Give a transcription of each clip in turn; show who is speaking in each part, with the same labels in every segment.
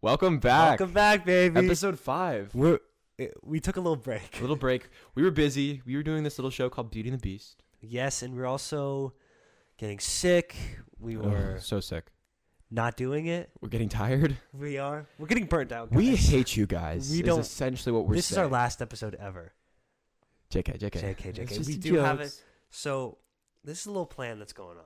Speaker 1: Welcome back.
Speaker 2: Welcome back, baby.
Speaker 1: Episode five.
Speaker 2: We're, it- we took a little break.
Speaker 1: little break. We were busy. We were doing this little show called Beauty and the Beast.
Speaker 2: Yes, and we're also getting sick. We
Speaker 1: Ugh,
Speaker 2: were
Speaker 1: so sick.
Speaker 2: not doing it.
Speaker 1: We're getting tired.
Speaker 2: We are. We're getting burnt out.
Speaker 1: We
Speaker 2: guys.
Speaker 1: hate you guys.
Speaker 2: We
Speaker 1: is
Speaker 2: don't-
Speaker 1: essentially what we're
Speaker 2: this is our
Speaker 1: saying.
Speaker 2: last episode ever.
Speaker 1: JK, JK.
Speaker 2: JK, JK.
Speaker 1: It's just
Speaker 2: We
Speaker 1: a
Speaker 2: do have
Speaker 1: jokes.
Speaker 2: So this is a little plan that's going on.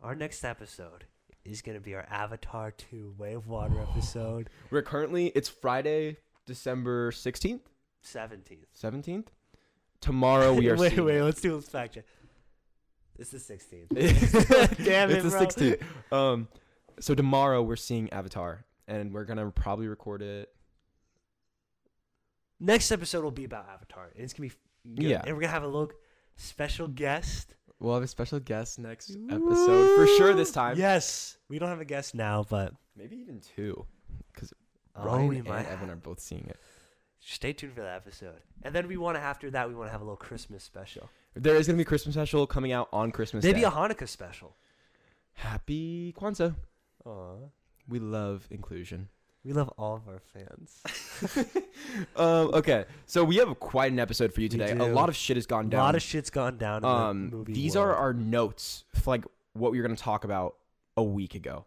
Speaker 2: Our next episode is going to be our Avatar 2 Way of Water episode
Speaker 1: We're currently, it's Friday, December 16th,
Speaker 2: 17th.
Speaker 1: 17th. Tomorrow we are
Speaker 2: wait,
Speaker 1: seeing
Speaker 2: wait.
Speaker 1: it.
Speaker 2: Let's do a fact check. It's the 16th. Damn it,
Speaker 1: it's
Speaker 2: bro.
Speaker 1: the 16th. Um, so tomorrow we're seeing Avatar, and we're gonna probably record it.
Speaker 2: Next episode will be about Avatar. And it's going to be good.
Speaker 1: Yeah.
Speaker 2: And we're going to have a little special guest.
Speaker 1: We'll have a special guest next episode for sure. This
Speaker 2: Ooh.
Speaker 1: time,
Speaker 2: Yes. We don't have a guest now, but
Speaker 1: maybe even two.
Speaker 2: oh,
Speaker 1: Ryan
Speaker 2: we
Speaker 1: and
Speaker 2: might
Speaker 1: Evan are
Speaker 2: have.
Speaker 1: both seeing it.
Speaker 2: Stay tuned for that episode. And then we want to, after that, we want to have a little Christmas special.
Speaker 1: There is gonna be a Christmas special coming out on Christmas
Speaker 2: Maybe
Speaker 1: Day.
Speaker 2: a Hanukkah special.
Speaker 1: Happy Kwanzaa.
Speaker 2: Aww.
Speaker 1: We love inclusion.
Speaker 2: We love all of our fans.
Speaker 1: Um, okay, so we have quite an episode for you
Speaker 2: We
Speaker 1: today. A
Speaker 2: do.
Speaker 1: lot of shit has gone
Speaker 2: A
Speaker 1: down.
Speaker 2: lot of shit's gone down. In
Speaker 1: um,
Speaker 2: the movie
Speaker 1: these are
Speaker 2: world.
Speaker 1: our notes for like what we were going to talk about a week ago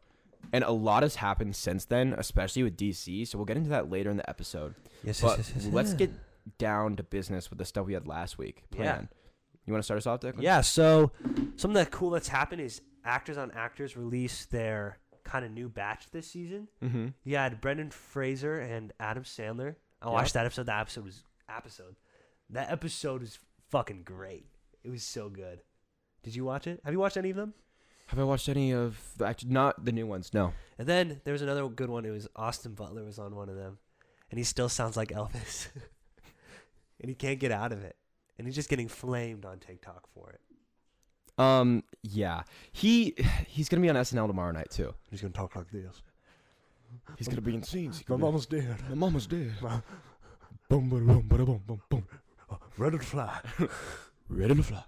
Speaker 1: and a lot has happened since then especially with dc so we'll get into that later in the episode
Speaker 2: Yes,
Speaker 1: but
Speaker 2: yes, yes, yes,
Speaker 1: let's
Speaker 2: yes.
Speaker 1: get down to business with the stuff we had last week
Speaker 2: Yeah.
Speaker 1: planned you want to start us off Declan?
Speaker 2: Yeah. So something that cool that's happened is actors on actors released their kind of new batch this season.
Speaker 1: mm-hmm.
Speaker 2: You had Brendan Fraser and Adam Sandler. I
Speaker 1: Yeah.
Speaker 2: watched that episode. That episode was episode. That episode was fucking great. It was so good. Did you watch it? Have you watched any of them?
Speaker 1: have i watched any of the act- not the new ones no
Speaker 2: And then there was another good one. It was Austin Butler was on one of them, and he still sounds like Elvis, and he can't get out of it, and he's just getting flamed on TikTok for it.
Speaker 1: um yeah he he's gonna be on snl tomorrow night too
Speaker 2: He's gonna talk like this.
Speaker 1: he's gonna be in scenes
Speaker 2: My mama's dead.
Speaker 1: my mama's dead
Speaker 2: My-
Speaker 1: boom boom boom boom boom boom boom
Speaker 2: Red and fly
Speaker 1: ready to fly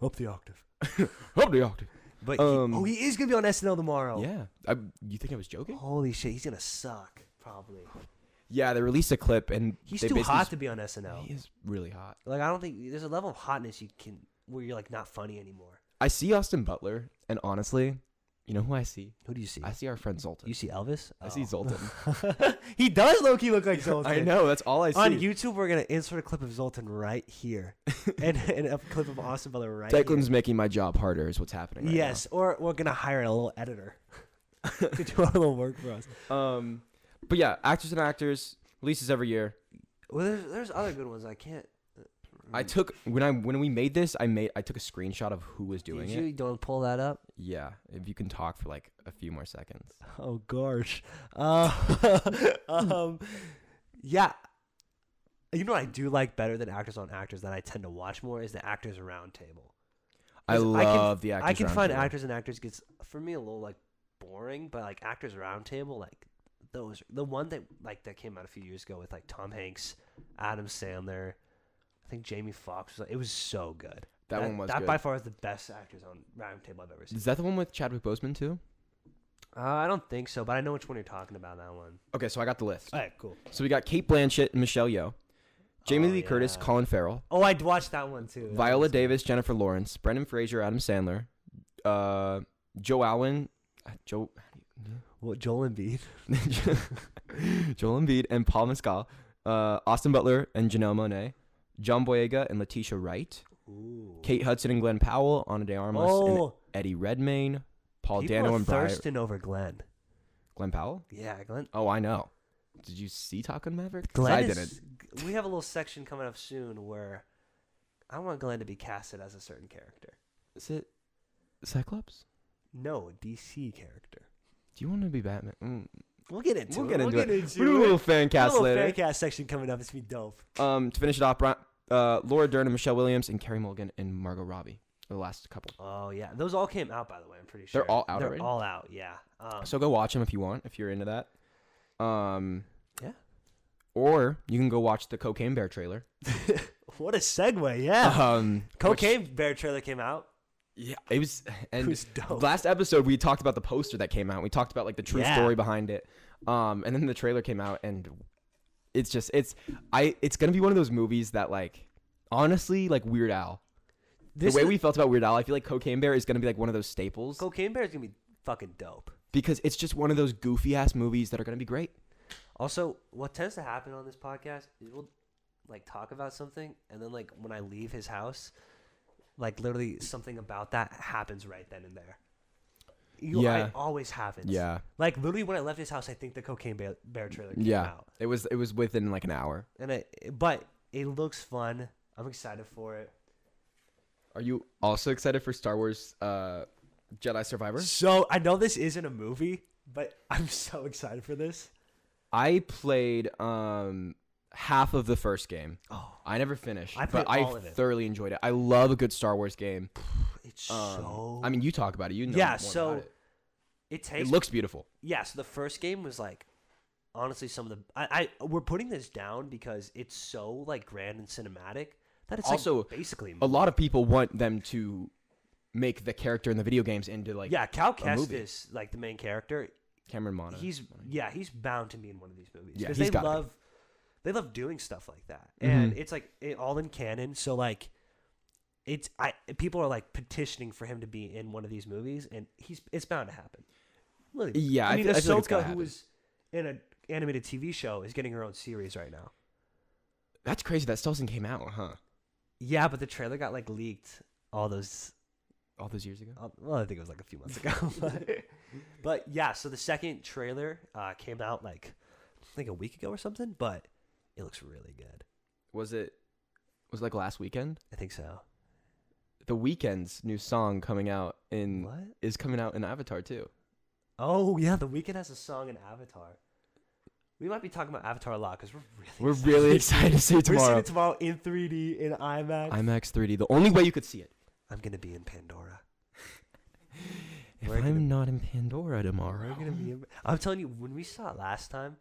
Speaker 2: up the octave.
Speaker 1: up the octave
Speaker 2: But
Speaker 1: Um,
Speaker 2: he, oh, he is gonna be on SNL tomorrow.
Speaker 1: Yeah. I, you think I was joking?
Speaker 2: Holy shit, he's gonna suck. Probably.
Speaker 1: Yeah, they released a clip and
Speaker 2: He's
Speaker 1: they
Speaker 2: too
Speaker 1: basically-
Speaker 2: hot to be on SNL.
Speaker 1: He is really hot.
Speaker 2: Like I don't think there's a level of hotness you can where you're like not funny anymore.
Speaker 1: I see Austin Butler, and honestly, you know who I see?
Speaker 2: Who do you see?
Speaker 1: I see our friend Zoltan.
Speaker 2: you see Elvis?
Speaker 1: I see
Speaker 2: Oh.
Speaker 1: Zoltan.
Speaker 2: he does low key look like Zoltan.
Speaker 1: I know. That's all I see.
Speaker 2: On YouTube, we're gonna insert a clip of Zoltan right here, and, and a clip of Austin Butler right. here.
Speaker 1: Declan's making my job harder. Is what's happening. Right
Speaker 2: yes, or we're gonna hire a little editor to do our little work for us.
Speaker 1: Now. Um, but yeah, actors and actors releases every year.
Speaker 2: Well, there's there's other good ones I can't. Mm.
Speaker 1: I took when I when we made this, I made I took a screenshot of who was doing
Speaker 2: Did you
Speaker 1: it.
Speaker 2: don't pull that up?
Speaker 1: Yeah, if you can talk for like a few more seconds.
Speaker 2: Oh gosh. Uh, um, yeah. You know what I do like better than actors on actors that I tend to watch more is the actors round table.
Speaker 1: I
Speaker 2: 'Cause I can-
Speaker 1: love the actors.
Speaker 2: I can find
Speaker 1: roundtable.
Speaker 2: actors and actors gets for me a little like boring, but like actors round table like those the one that like that came out a few years ago with like Tom Hanks, Adam Sandler, I think Jamie Foxx was like, it was so good.
Speaker 1: That, one was
Speaker 2: that
Speaker 1: good.
Speaker 2: by far is the best actors on round table I've ever seen.
Speaker 1: Is that the one with Chadwick Boseman too?
Speaker 2: Uh, I don't think so, but I know which one you're talking about. That one. Oh,
Speaker 1: Okay, so I got the list.
Speaker 2: All right, cool.
Speaker 1: So we got Kate Blanchett and Michelle Yeoh, Jamie
Speaker 2: Oh,
Speaker 1: Lee Curtis,
Speaker 2: yeah.
Speaker 1: Colin Farrell,
Speaker 2: Oh, I'd watch that one too. That
Speaker 1: Viola
Speaker 2: one's good.
Speaker 1: Davis, Jennifer Lawrence, Brendan Fraser, Adam Sandler, uh, Joe Allen, uh, Joe,
Speaker 2: What Joel Embiid?
Speaker 1: Joel Embiid, and Paul Mescal, uh, Austin Butler and Janelle Monet, John Boyega and Letitia Wright,
Speaker 2: Ooh.
Speaker 1: Kate Hudson and Glenn Powell, Ana de Armas and
Speaker 2: oh,
Speaker 1: Eddie Redmayne, Paul
Speaker 2: people
Speaker 1: Dano
Speaker 2: are
Speaker 1: and Brian
Speaker 2: thirsting over Glenn.
Speaker 1: Glenn Powell.
Speaker 2: Yeah, Glenn.
Speaker 1: Oh, I know. Did you see Talking Maverick? 'Cause
Speaker 2: Glenn
Speaker 1: I
Speaker 2: is-
Speaker 1: didn't.
Speaker 2: We have a little section coming up soon where I want Glenn to be casted as a certain character.
Speaker 1: Is it Cyclops?
Speaker 2: No, DC character.
Speaker 1: Do you want to be Batman? Mm,
Speaker 2: We'll get into
Speaker 1: We'll
Speaker 2: it.
Speaker 1: get into
Speaker 2: we'll
Speaker 1: it.
Speaker 2: Get into
Speaker 1: we do a
Speaker 2: it.
Speaker 1: little fan
Speaker 2: We'll have
Speaker 1: cast
Speaker 2: a little
Speaker 1: later.
Speaker 2: fan cast section coming up. It's gonna be dope.
Speaker 1: Um, to finish it off, Bri- uh, Laura Dern and Michelle Williams and Carrie Mulligan and Margot Robbie are the last couple.
Speaker 2: Oh yeah, those all came out by the way. I'm pretty sure
Speaker 1: They're all out
Speaker 2: They're
Speaker 1: already?
Speaker 2: all out. Yeah. Um,
Speaker 1: So go watch them if you want, if you're into that. Um,
Speaker 2: Yeah.
Speaker 1: Or you can go watch the Cocaine Bear trailer.
Speaker 2: what a segue. Yeah.
Speaker 1: Um, which-
Speaker 2: Cocaine Bear trailer came out.
Speaker 1: Yeah, it was. And
Speaker 2: was dope.
Speaker 1: last episode we talked about the poster that came out. We talked about like the true
Speaker 2: Yeah.
Speaker 1: story behind it. Um, and then the trailer came out, and it's just it's I it's gonna be one of those movies that like honestly like Weird Al.
Speaker 2: This
Speaker 1: the way
Speaker 2: is-
Speaker 1: we felt about Weird Al, I feel like Cocaine Bear is gonna be like one of those staples
Speaker 2: Cocaine Bear is gonna be fucking dope.
Speaker 1: because it's just one of those goofy ass movies that are gonna be great.
Speaker 2: Also, what tends to happen on this podcast is we'll like talk about something, and then like when I leave his house, like literally something about that happens right then and there. You,
Speaker 1: Yeah.
Speaker 2: it always happens.
Speaker 1: Yeah,
Speaker 2: Like literally, when I left his house, I think the Cocaine Bear, Bear trailer came
Speaker 1: yeah.
Speaker 2: out,
Speaker 1: It was it was within like an hour.
Speaker 2: and I but it looks fun. I'm excited for it.
Speaker 1: Are you also excited for Star Wars uh, Jedi Survivor?
Speaker 2: So I know this isn't a movie, but I'm so excited for this.
Speaker 1: I played um half of the first game.
Speaker 2: Oh,
Speaker 1: I never finished,
Speaker 2: I played
Speaker 1: but I
Speaker 2: all of it.
Speaker 1: thoroughly enjoyed it. I love a good Star Wars game.
Speaker 2: it's
Speaker 1: Um,
Speaker 2: so.
Speaker 1: I mean, you talk about it. You know,
Speaker 2: Yeah,
Speaker 1: more
Speaker 2: so
Speaker 1: about it.
Speaker 2: it takes
Speaker 1: it looks beautiful.
Speaker 2: yeah, so the first game was like honestly some of the I, I we're putting this down because it's so like grand and cinematic that it's
Speaker 1: Also,
Speaker 2: like basically
Speaker 1: A lot of people want them to make the character in the video games into like
Speaker 2: yeah, Cal
Speaker 1: a movie.
Speaker 2: Kestis, like the main character,
Speaker 1: Cameron Mono.
Speaker 2: he's yeah, he's bound to be in one of these movies
Speaker 1: Yeah,
Speaker 2: because
Speaker 1: he's
Speaker 2: they
Speaker 1: gotta be. Mm-hmm.
Speaker 2: love they love doing stuff like that, and it's like it, all in canon. So like, it's I people are like petitioning for him to be in one of these movies, and he's it's bound to happen. Literally.
Speaker 1: Yeah,
Speaker 2: I
Speaker 1: I
Speaker 2: mean,
Speaker 1: th- I feel like it's
Speaker 2: Ahsoka,
Speaker 1: gotta
Speaker 2: who
Speaker 1: happen.
Speaker 2: was in an animated TV show, is getting her own series right now.
Speaker 1: That's crazy. That still hasn't came out, huh?
Speaker 2: Yeah, but the trailer got like leaked all those.
Speaker 1: All those years ago.
Speaker 2: all- Well, I think it was like a few months ago. But, but yeah, so the second trailer uh, came out like I think a week ago or something, but it looks really good.
Speaker 1: Was it? Was it like last weekend?
Speaker 2: I think so.
Speaker 1: The weekend's new song coming out in
Speaker 2: What?
Speaker 1: is coming out in Avatar too.
Speaker 2: Oh yeah, The Weeknd has a song in Avatar. We might be talking about Avatar a lot because we're really
Speaker 1: We're really excited to see it
Speaker 2: We're seeing
Speaker 1: tomorrow.
Speaker 2: it tomorrow in 3D in IMAX. I'm,
Speaker 1: IMAX 3D. The only way you could see it.
Speaker 2: gonna be in Pandora.
Speaker 1: If
Speaker 2: We're gonna-
Speaker 1: I'm not in Pandora tomorrow,
Speaker 2: We're gonna be. In, I'm telling you, when we saw it last time,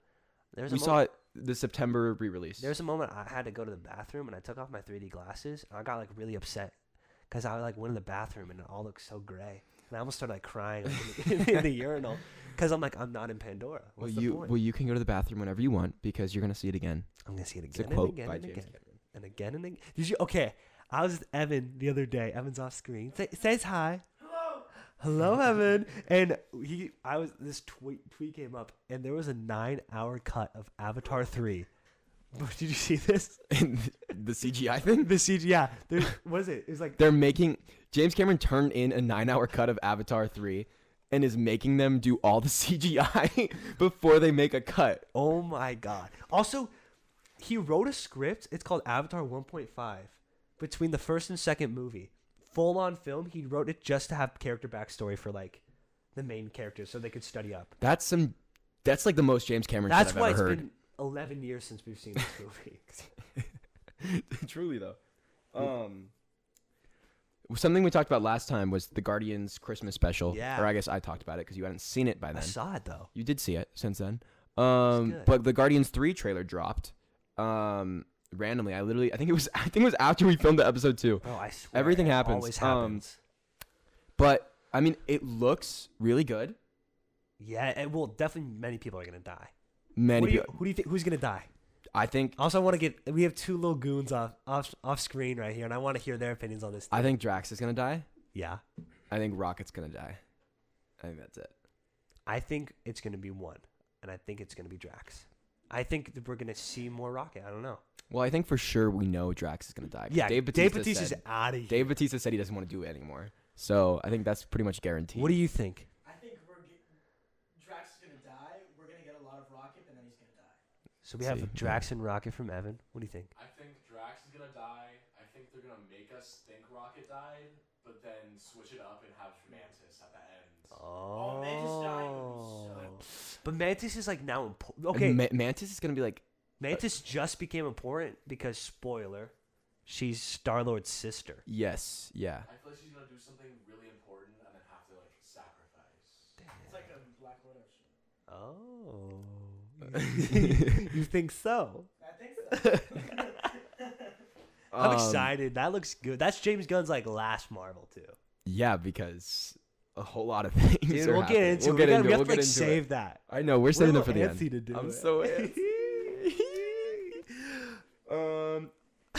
Speaker 2: there was
Speaker 1: we
Speaker 2: a
Speaker 1: saw it the September re-release.
Speaker 2: There was a moment I had to go to the bathroom and I took off my 3D glasses and I got like really upset because I like went in the bathroom and it all looked so gray and I almost started like crying like, in, the, in the urinal because I'm like I'm not in Pandora.
Speaker 1: well,
Speaker 2: What's the
Speaker 1: you
Speaker 2: point?
Speaker 1: well you can go to the bathroom whenever you want because you're gonna see it again.
Speaker 2: I'm gonna see it
Speaker 1: It's a
Speaker 2: again and
Speaker 1: quote
Speaker 2: again
Speaker 1: by
Speaker 2: and
Speaker 1: James.
Speaker 2: again
Speaker 1: Cameron.
Speaker 2: and again and again. Did you? Okay, I was with Evan the other day. Evan's off screen. Say, says hi. Hello, Evan. And he, I was this tweet tweet came up and there was a nine hour cut of Avatar three. Did you see this?
Speaker 1: And the CGI thing.
Speaker 2: The CG, yeah. There, what is it? It was like
Speaker 1: They're making James Cameron turned in a nine-hour cut of Avatar three, and is making them do all the CGI before they make a cut.
Speaker 2: Oh my god. Also, he wrote a script. It's called Avatar 1.5 between the first and second movie. Full on film, he wrote it just to have character backstory for like the main characters so they could study up.
Speaker 1: That's some. That's like the most James Cameron shit
Speaker 2: That's
Speaker 1: I've
Speaker 2: why
Speaker 1: ever
Speaker 2: it's
Speaker 1: heard.
Speaker 2: been 11 years since we've seen this movie.
Speaker 1: Truly though. Um something we talked about last time was the Guardians Christmas special.
Speaker 2: Yeah.
Speaker 1: Or I guess I talked about it cuz you hadn't seen it by
Speaker 2: I
Speaker 1: then.
Speaker 2: saw it though.
Speaker 1: You did see it since then. Um
Speaker 2: good.
Speaker 1: but the Guardians 3 trailer dropped um randomly. I literally I think it was I think it was after we filmed the episode 2.
Speaker 2: Bro, I swear.
Speaker 1: Everything
Speaker 2: it
Speaker 1: happens.
Speaker 2: Always
Speaker 1: Um,
Speaker 2: happens.
Speaker 1: But I mean it looks really good.
Speaker 2: yeah, and well, definitely many people are going to die.
Speaker 1: Many
Speaker 2: What do you,
Speaker 1: people,
Speaker 2: who do you think who's going to die?
Speaker 1: I think
Speaker 2: Also, I want to get we have two little goons off off off screen right here and I want to hear their opinions on this.
Speaker 1: I think Drax is going to die.
Speaker 2: yeah.
Speaker 1: I think Rocket's going to die. I think that's it.
Speaker 2: I think it's going to be one, and I think it's going to be Drax. I think that we're going to see more Rocket. I don't know.
Speaker 1: Well, I think for sure we know Drax is going to die. 'cause
Speaker 2: Yeah, Dave
Speaker 1: Dave
Speaker 2: Batista Dave
Speaker 1: Bautista
Speaker 2: Batista's
Speaker 1: said-
Speaker 2: out of here.
Speaker 1: Dave Batista said he doesn't want to do it anymore. So I think that's pretty much guaranteed.
Speaker 2: What do you think?
Speaker 3: I think we're get, Drax is gonna die. We're gonna get a lot of Rocket, and then he's gonna die.
Speaker 2: So we have
Speaker 1: See,
Speaker 2: Drax and Rocket from Evan. What do you think?
Speaker 4: I think Drax is gonna die. I think they're gonna make us think Rocket died, but then switch it up and have Mantis at the end.
Speaker 2: Oh,
Speaker 3: Mantis dying would be
Speaker 2: but Mantis is like now important. Okay,
Speaker 1: And Ma- Mantis is gonna be like,
Speaker 2: Mantis just became important because spoiler, she's Star Lord's sister.
Speaker 1: yes, yeah.
Speaker 4: I feel like she's gonna do something really important and then have to like sacrifice.
Speaker 3: It's like a Black Widow. Shit.
Speaker 2: Oh, you think so?
Speaker 3: I think so.
Speaker 2: I'm
Speaker 1: Um,
Speaker 2: excited. That looks good. That's James Gunn's like last Marvel too.
Speaker 1: Yeah, because a whole lot of things.
Speaker 2: Dude,
Speaker 1: are
Speaker 2: we'll get
Speaker 1: happening.
Speaker 2: into
Speaker 1: We'll
Speaker 2: it. We
Speaker 1: get
Speaker 2: gotta-
Speaker 1: into
Speaker 2: we
Speaker 1: it.
Speaker 2: have
Speaker 1: We'll
Speaker 2: to, like,
Speaker 1: get into
Speaker 2: save
Speaker 1: it.
Speaker 2: that.
Speaker 1: I know we're
Speaker 2: We're a
Speaker 1: saving it
Speaker 2: little
Speaker 1: for the
Speaker 2: antsy
Speaker 1: end.
Speaker 2: to do
Speaker 1: I'm
Speaker 2: it.
Speaker 1: so antsy. um,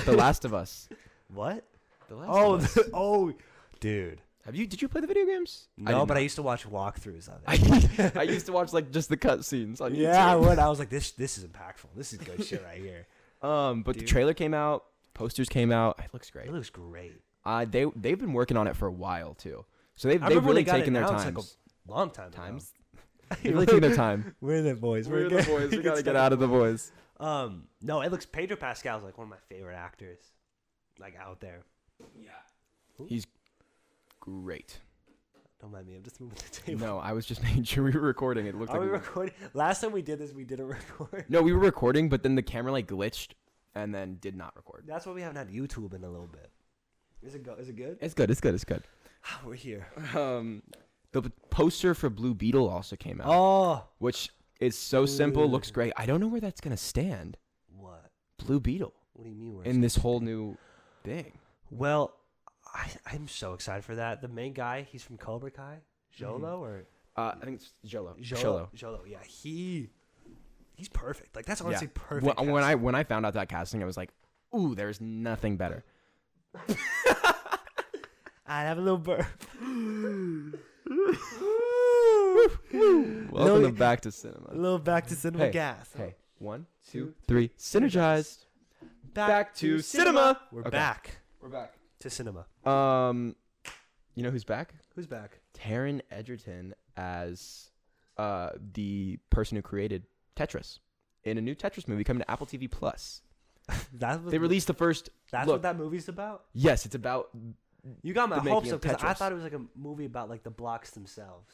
Speaker 1: The Last of Us.
Speaker 2: What?
Speaker 1: The Last
Speaker 2: Oh,
Speaker 1: of Us.
Speaker 2: the, oh, dude.
Speaker 1: Have you? Did you play the video games?
Speaker 2: No,
Speaker 1: did
Speaker 2: but I
Speaker 1: not.
Speaker 2: used to watch walkthroughs of it.
Speaker 1: I, I used to watch like just the cutscenes on
Speaker 2: yeah, I
Speaker 1: YouTube.
Speaker 2: would. I was like, this, this is impactful. This is good shit right here.
Speaker 1: Um, but
Speaker 2: Dude.
Speaker 1: the trailer came out, posters came out. It looks great.
Speaker 2: It looks great.
Speaker 1: Uh, they they've been working on it for a while too. So they've
Speaker 2: I
Speaker 1: they've
Speaker 2: remember when
Speaker 1: really
Speaker 2: they got it
Speaker 1: taken their
Speaker 2: announced,
Speaker 1: time.
Speaker 2: like, a Long time. ago.
Speaker 1: Times. They've really taken their time.
Speaker 2: We're in it, boys.
Speaker 1: We're the
Speaker 2: good.
Speaker 1: boys. We
Speaker 2: good
Speaker 1: gotta get
Speaker 2: stuff.
Speaker 1: out of the boys.
Speaker 2: Um, no, it looks Pedro Pascal's like one of my favorite actors, like out there.
Speaker 4: Yeah.
Speaker 1: Great.
Speaker 2: Don't mind me. I'm just moving the table.
Speaker 1: No, I was just making sure we were recording. It looked like
Speaker 2: Are we
Speaker 1: we were-
Speaker 2: recording? Last time we did this, we didn't record.
Speaker 1: no, we were recording, but then the camera like glitched and then did not record.
Speaker 2: That's why we haven't had YouTube in a little bit. Is it go? Is it good?
Speaker 1: It's good. It's good. It's good.
Speaker 2: We're here.
Speaker 1: Um, the poster for Blue Beetle also came out,
Speaker 2: Oh,
Speaker 1: which is so simple, looks
Speaker 2: Ooh.
Speaker 1: great. I don't know where that's gonna stand.
Speaker 2: what?
Speaker 1: Blue Beetle
Speaker 2: What do you mean? We're
Speaker 1: in this whole new thing.
Speaker 2: Well, I, I'm so excited for that. The main guy, he's from Cobra Kai, Jolo or
Speaker 1: Uh, I think it's Jolo.
Speaker 2: Jolo. Jolo, yeah, he he's perfect. Like that's
Speaker 1: Yeah.
Speaker 2: honestly perfect.
Speaker 1: When, when I
Speaker 2: casting.
Speaker 1: when I found out that casting, I was like, "Ooh, there's nothing better."
Speaker 2: I have a little burp.
Speaker 1: Welcome
Speaker 2: No,
Speaker 1: back to
Speaker 2: a
Speaker 1: cinema.
Speaker 2: little back to cinema
Speaker 1: Hey,
Speaker 2: gas.
Speaker 1: Hey, one, two, three. Synergized.
Speaker 2: back,
Speaker 1: to cinema.
Speaker 2: We're
Speaker 1: Okay.
Speaker 2: back
Speaker 1: We're back.
Speaker 2: to cinema.
Speaker 1: Um, you know who's back?
Speaker 2: Who's back?
Speaker 1: Taryn Edgerton as uh the person who created Tetris in a new Tetris movie coming to Apple TV Plus.
Speaker 2: That's what,
Speaker 1: They released the first.
Speaker 2: that's what
Speaker 1: look.
Speaker 2: that movie's about.
Speaker 1: Yes, it's about.
Speaker 2: You got my
Speaker 1: The
Speaker 2: hopes
Speaker 1: making
Speaker 2: up
Speaker 1: of
Speaker 2: because I
Speaker 1: Tetris.
Speaker 2: thought it was like a movie about like the blocks themselves.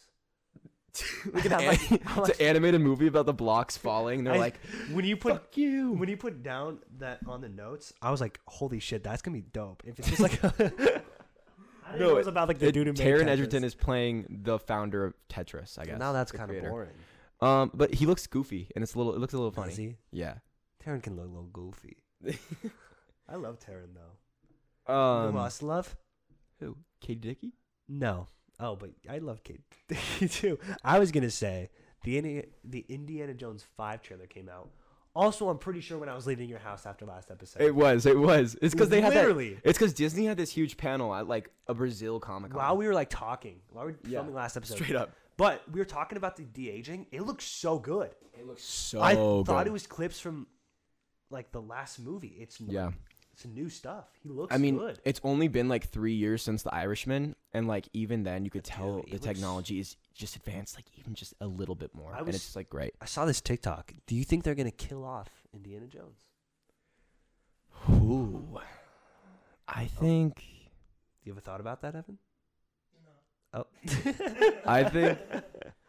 Speaker 1: Look at
Speaker 2: I'm
Speaker 1: that.
Speaker 2: like- I'm
Speaker 1: it's
Speaker 2: like-
Speaker 1: an animated movie about the blocks falling. They're
Speaker 2: I-
Speaker 1: like,
Speaker 2: when you put
Speaker 1: "Fuck you."
Speaker 2: when you put down that on the notes, I was like, holy shit, that's gonna be dope. If it's just like, I didn't know it was about like the
Speaker 1: It-
Speaker 2: dude who made
Speaker 1: Taron
Speaker 2: Tetris.
Speaker 1: Edgerton is playing the founder of Tetris, I
Speaker 2: So
Speaker 1: guess.
Speaker 2: now that's
Speaker 1: the
Speaker 2: kind of
Speaker 1: creator.
Speaker 2: boring.
Speaker 1: Um, but he looks goofy, and it's a little. It looks a little funny.
Speaker 2: Funny.
Speaker 1: Yeah.
Speaker 2: Taron can look a little goofy. I love Taron though.
Speaker 1: um,
Speaker 2: Who else love?
Speaker 1: who? Katie Dickey.
Speaker 2: No. Oh, but I love Kate too. I was gonna say the Indiana, the Indiana Jones Five trailer came out. Also, I'm pretty sure when I was leaving your house after last episode.
Speaker 1: It was. It was. It's because they had that.
Speaker 2: literally
Speaker 1: It's because Disney had this huge panel at like a Brazil comic con.
Speaker 2: while we were like talking while we were
Speaker 1: Yeah.
Speaker 2: filming last episode.
Speaker 1: straight up.
Speaker 2: But we were talking about the de aging. It looks so good.
Speaker 1: It looks so
Speaker 2: I thought it was clips from like the last movie. It's n-
Speaker 1: Yeah.
Speaker 2: it's new stuff. He looks.
Speaker 1: I mean,
Speaker 2: good.
Speaker 1: it's only been like three years since The Irishman, and like even then, you could tell
Speaker 2: Dude, it
Speaker 1: the
Speaker 2: looks-
Speaker 1: technology is just advanced, like even just a little bit more,
Speaker 2: I
Speaker 1: and
Speaker 2: was-
Speaker 1: it's like great.
Speaker 2: I saw this TikTok. Do you think they're gonna kill off Indiana Jones?
Speaker 1: Ooh, I think.
Speaker 2: You ever thought about that, Evan? No. Oh.
Speaker 1: I think.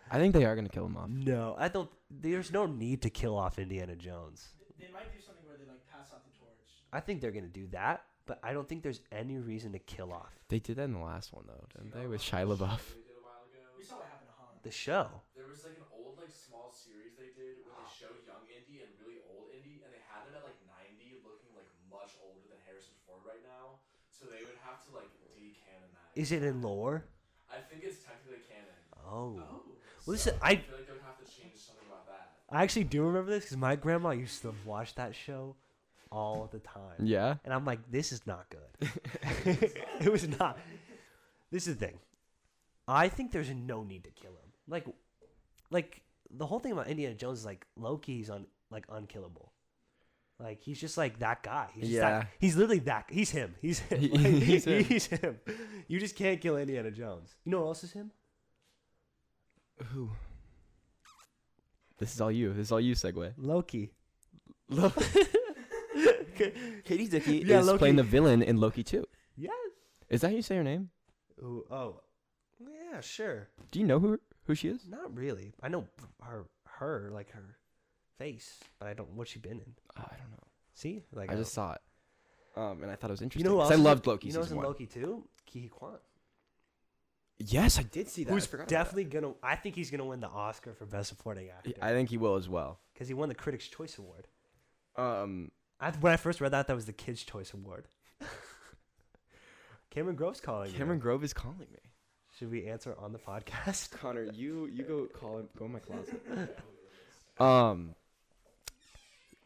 Speaker 1: I think they are gonna kill him off.
Speaker 2: No, I don't. There's no need to kill off Indiana Jones.
Speaker 3: They, they might do something where they like pass out the torch.
Speaker 2: I think they're gonna do that, but I don't think there's any reason to kill off
Speaker 1: They did that in the last one though, didn't they? With Shia LaBeouf.
Speaker 4: They did a while ago.
Speaker 3: We saw what happened to Han.
Speaker 2: the show.
Speaker 4: There was like an old like small series they did where they show young Indy and really old Indy, and they had him at like 90, looking like much older than Harrison Ford right now. So they would have to like decanonize.
Speaker 2: Is it in lore?
Speaker 4: I think it's technically canon.
Speaker 2: Oh,
Speaker 4: So,
Speaker 2: listen, I-
Speaker 4: feel like they would have to change something about that.
Speaker 2: I actually do remember this because my grandma used to watch that show all the time,
Speaker 1: Yeah.
Speaker 2: and I'm like, this is not good. it was not. This is the thing. I think there's no need to kill him. Like, like the whole thing about Indiana Jones is like Loki's on like unkillable. Like he's just like that guy. He's just that-
Speaker 1: Yeah.
Speaker 2: he's literally that. He's him. He's him.
Speaker 1: He-
Speaker 2: Like,
Speaker 1: he's him.
Speaker 2: he's him. You just can't kill Indiana Jones. You know what else is him?
Speaker 1: Who? This is all you. This is all you. Segue.
Speaker 2: Loki.
Speaker 1: Katie Dickey
Speaker 2: Yeah,
Speaker 1: is
Speaker 2: Loki.
Speaker 1: playing the villain in Loki 2.
Speaker 2: Yes.
Speaker 1: Is that how you say her name?
Speaker 2: Ooh, oh. Yeah, sure.
Speaker 1: Do you know who who she is?
Speaker 2: Not really. I know her, her like her face, but I don't what's she been in.
Speaker 1: Uh, I don't know.
Speaker 2: See, like
Speaker 1: I just saw it, um, and I thought it was
Speaker 2: you
Speaker 1: interesting.
Speaker 2: know who
Speaker 1: 'cause
Speaker 2: else
Speaker 1: I
Speaker 2: is-
Speaker 1: loved Loki
Speaker 2: You know who's
Speaker 1: season
Speaker 2: in
Speaker 1: one.
Speaker 2: Loki too? Kihi Kwan,
Speaker 1: Yes, I did see that.
Speaker 2: who's
Speaker 1: I forgot about
Speaker 2: definitely gonna. I think he's gonna win the Oscar for Best Supporting Actor
Speaker 1: that. Yeah, I think he will as well.
Speaker 2: because he won the Critics' Choice Award.
Speaker 1: Um,
Speaker 2: I, when I first read that, that was the Kids' Choice Award. Cameron Grove's calling.
Speaker 1: Cameron
Speaker 2: You.
Speaker 1: Grove is calling me.
Speaker 2: Should we answer on the podcast?
Speaker 1: Connor, you you go call him. Go in my closet. um,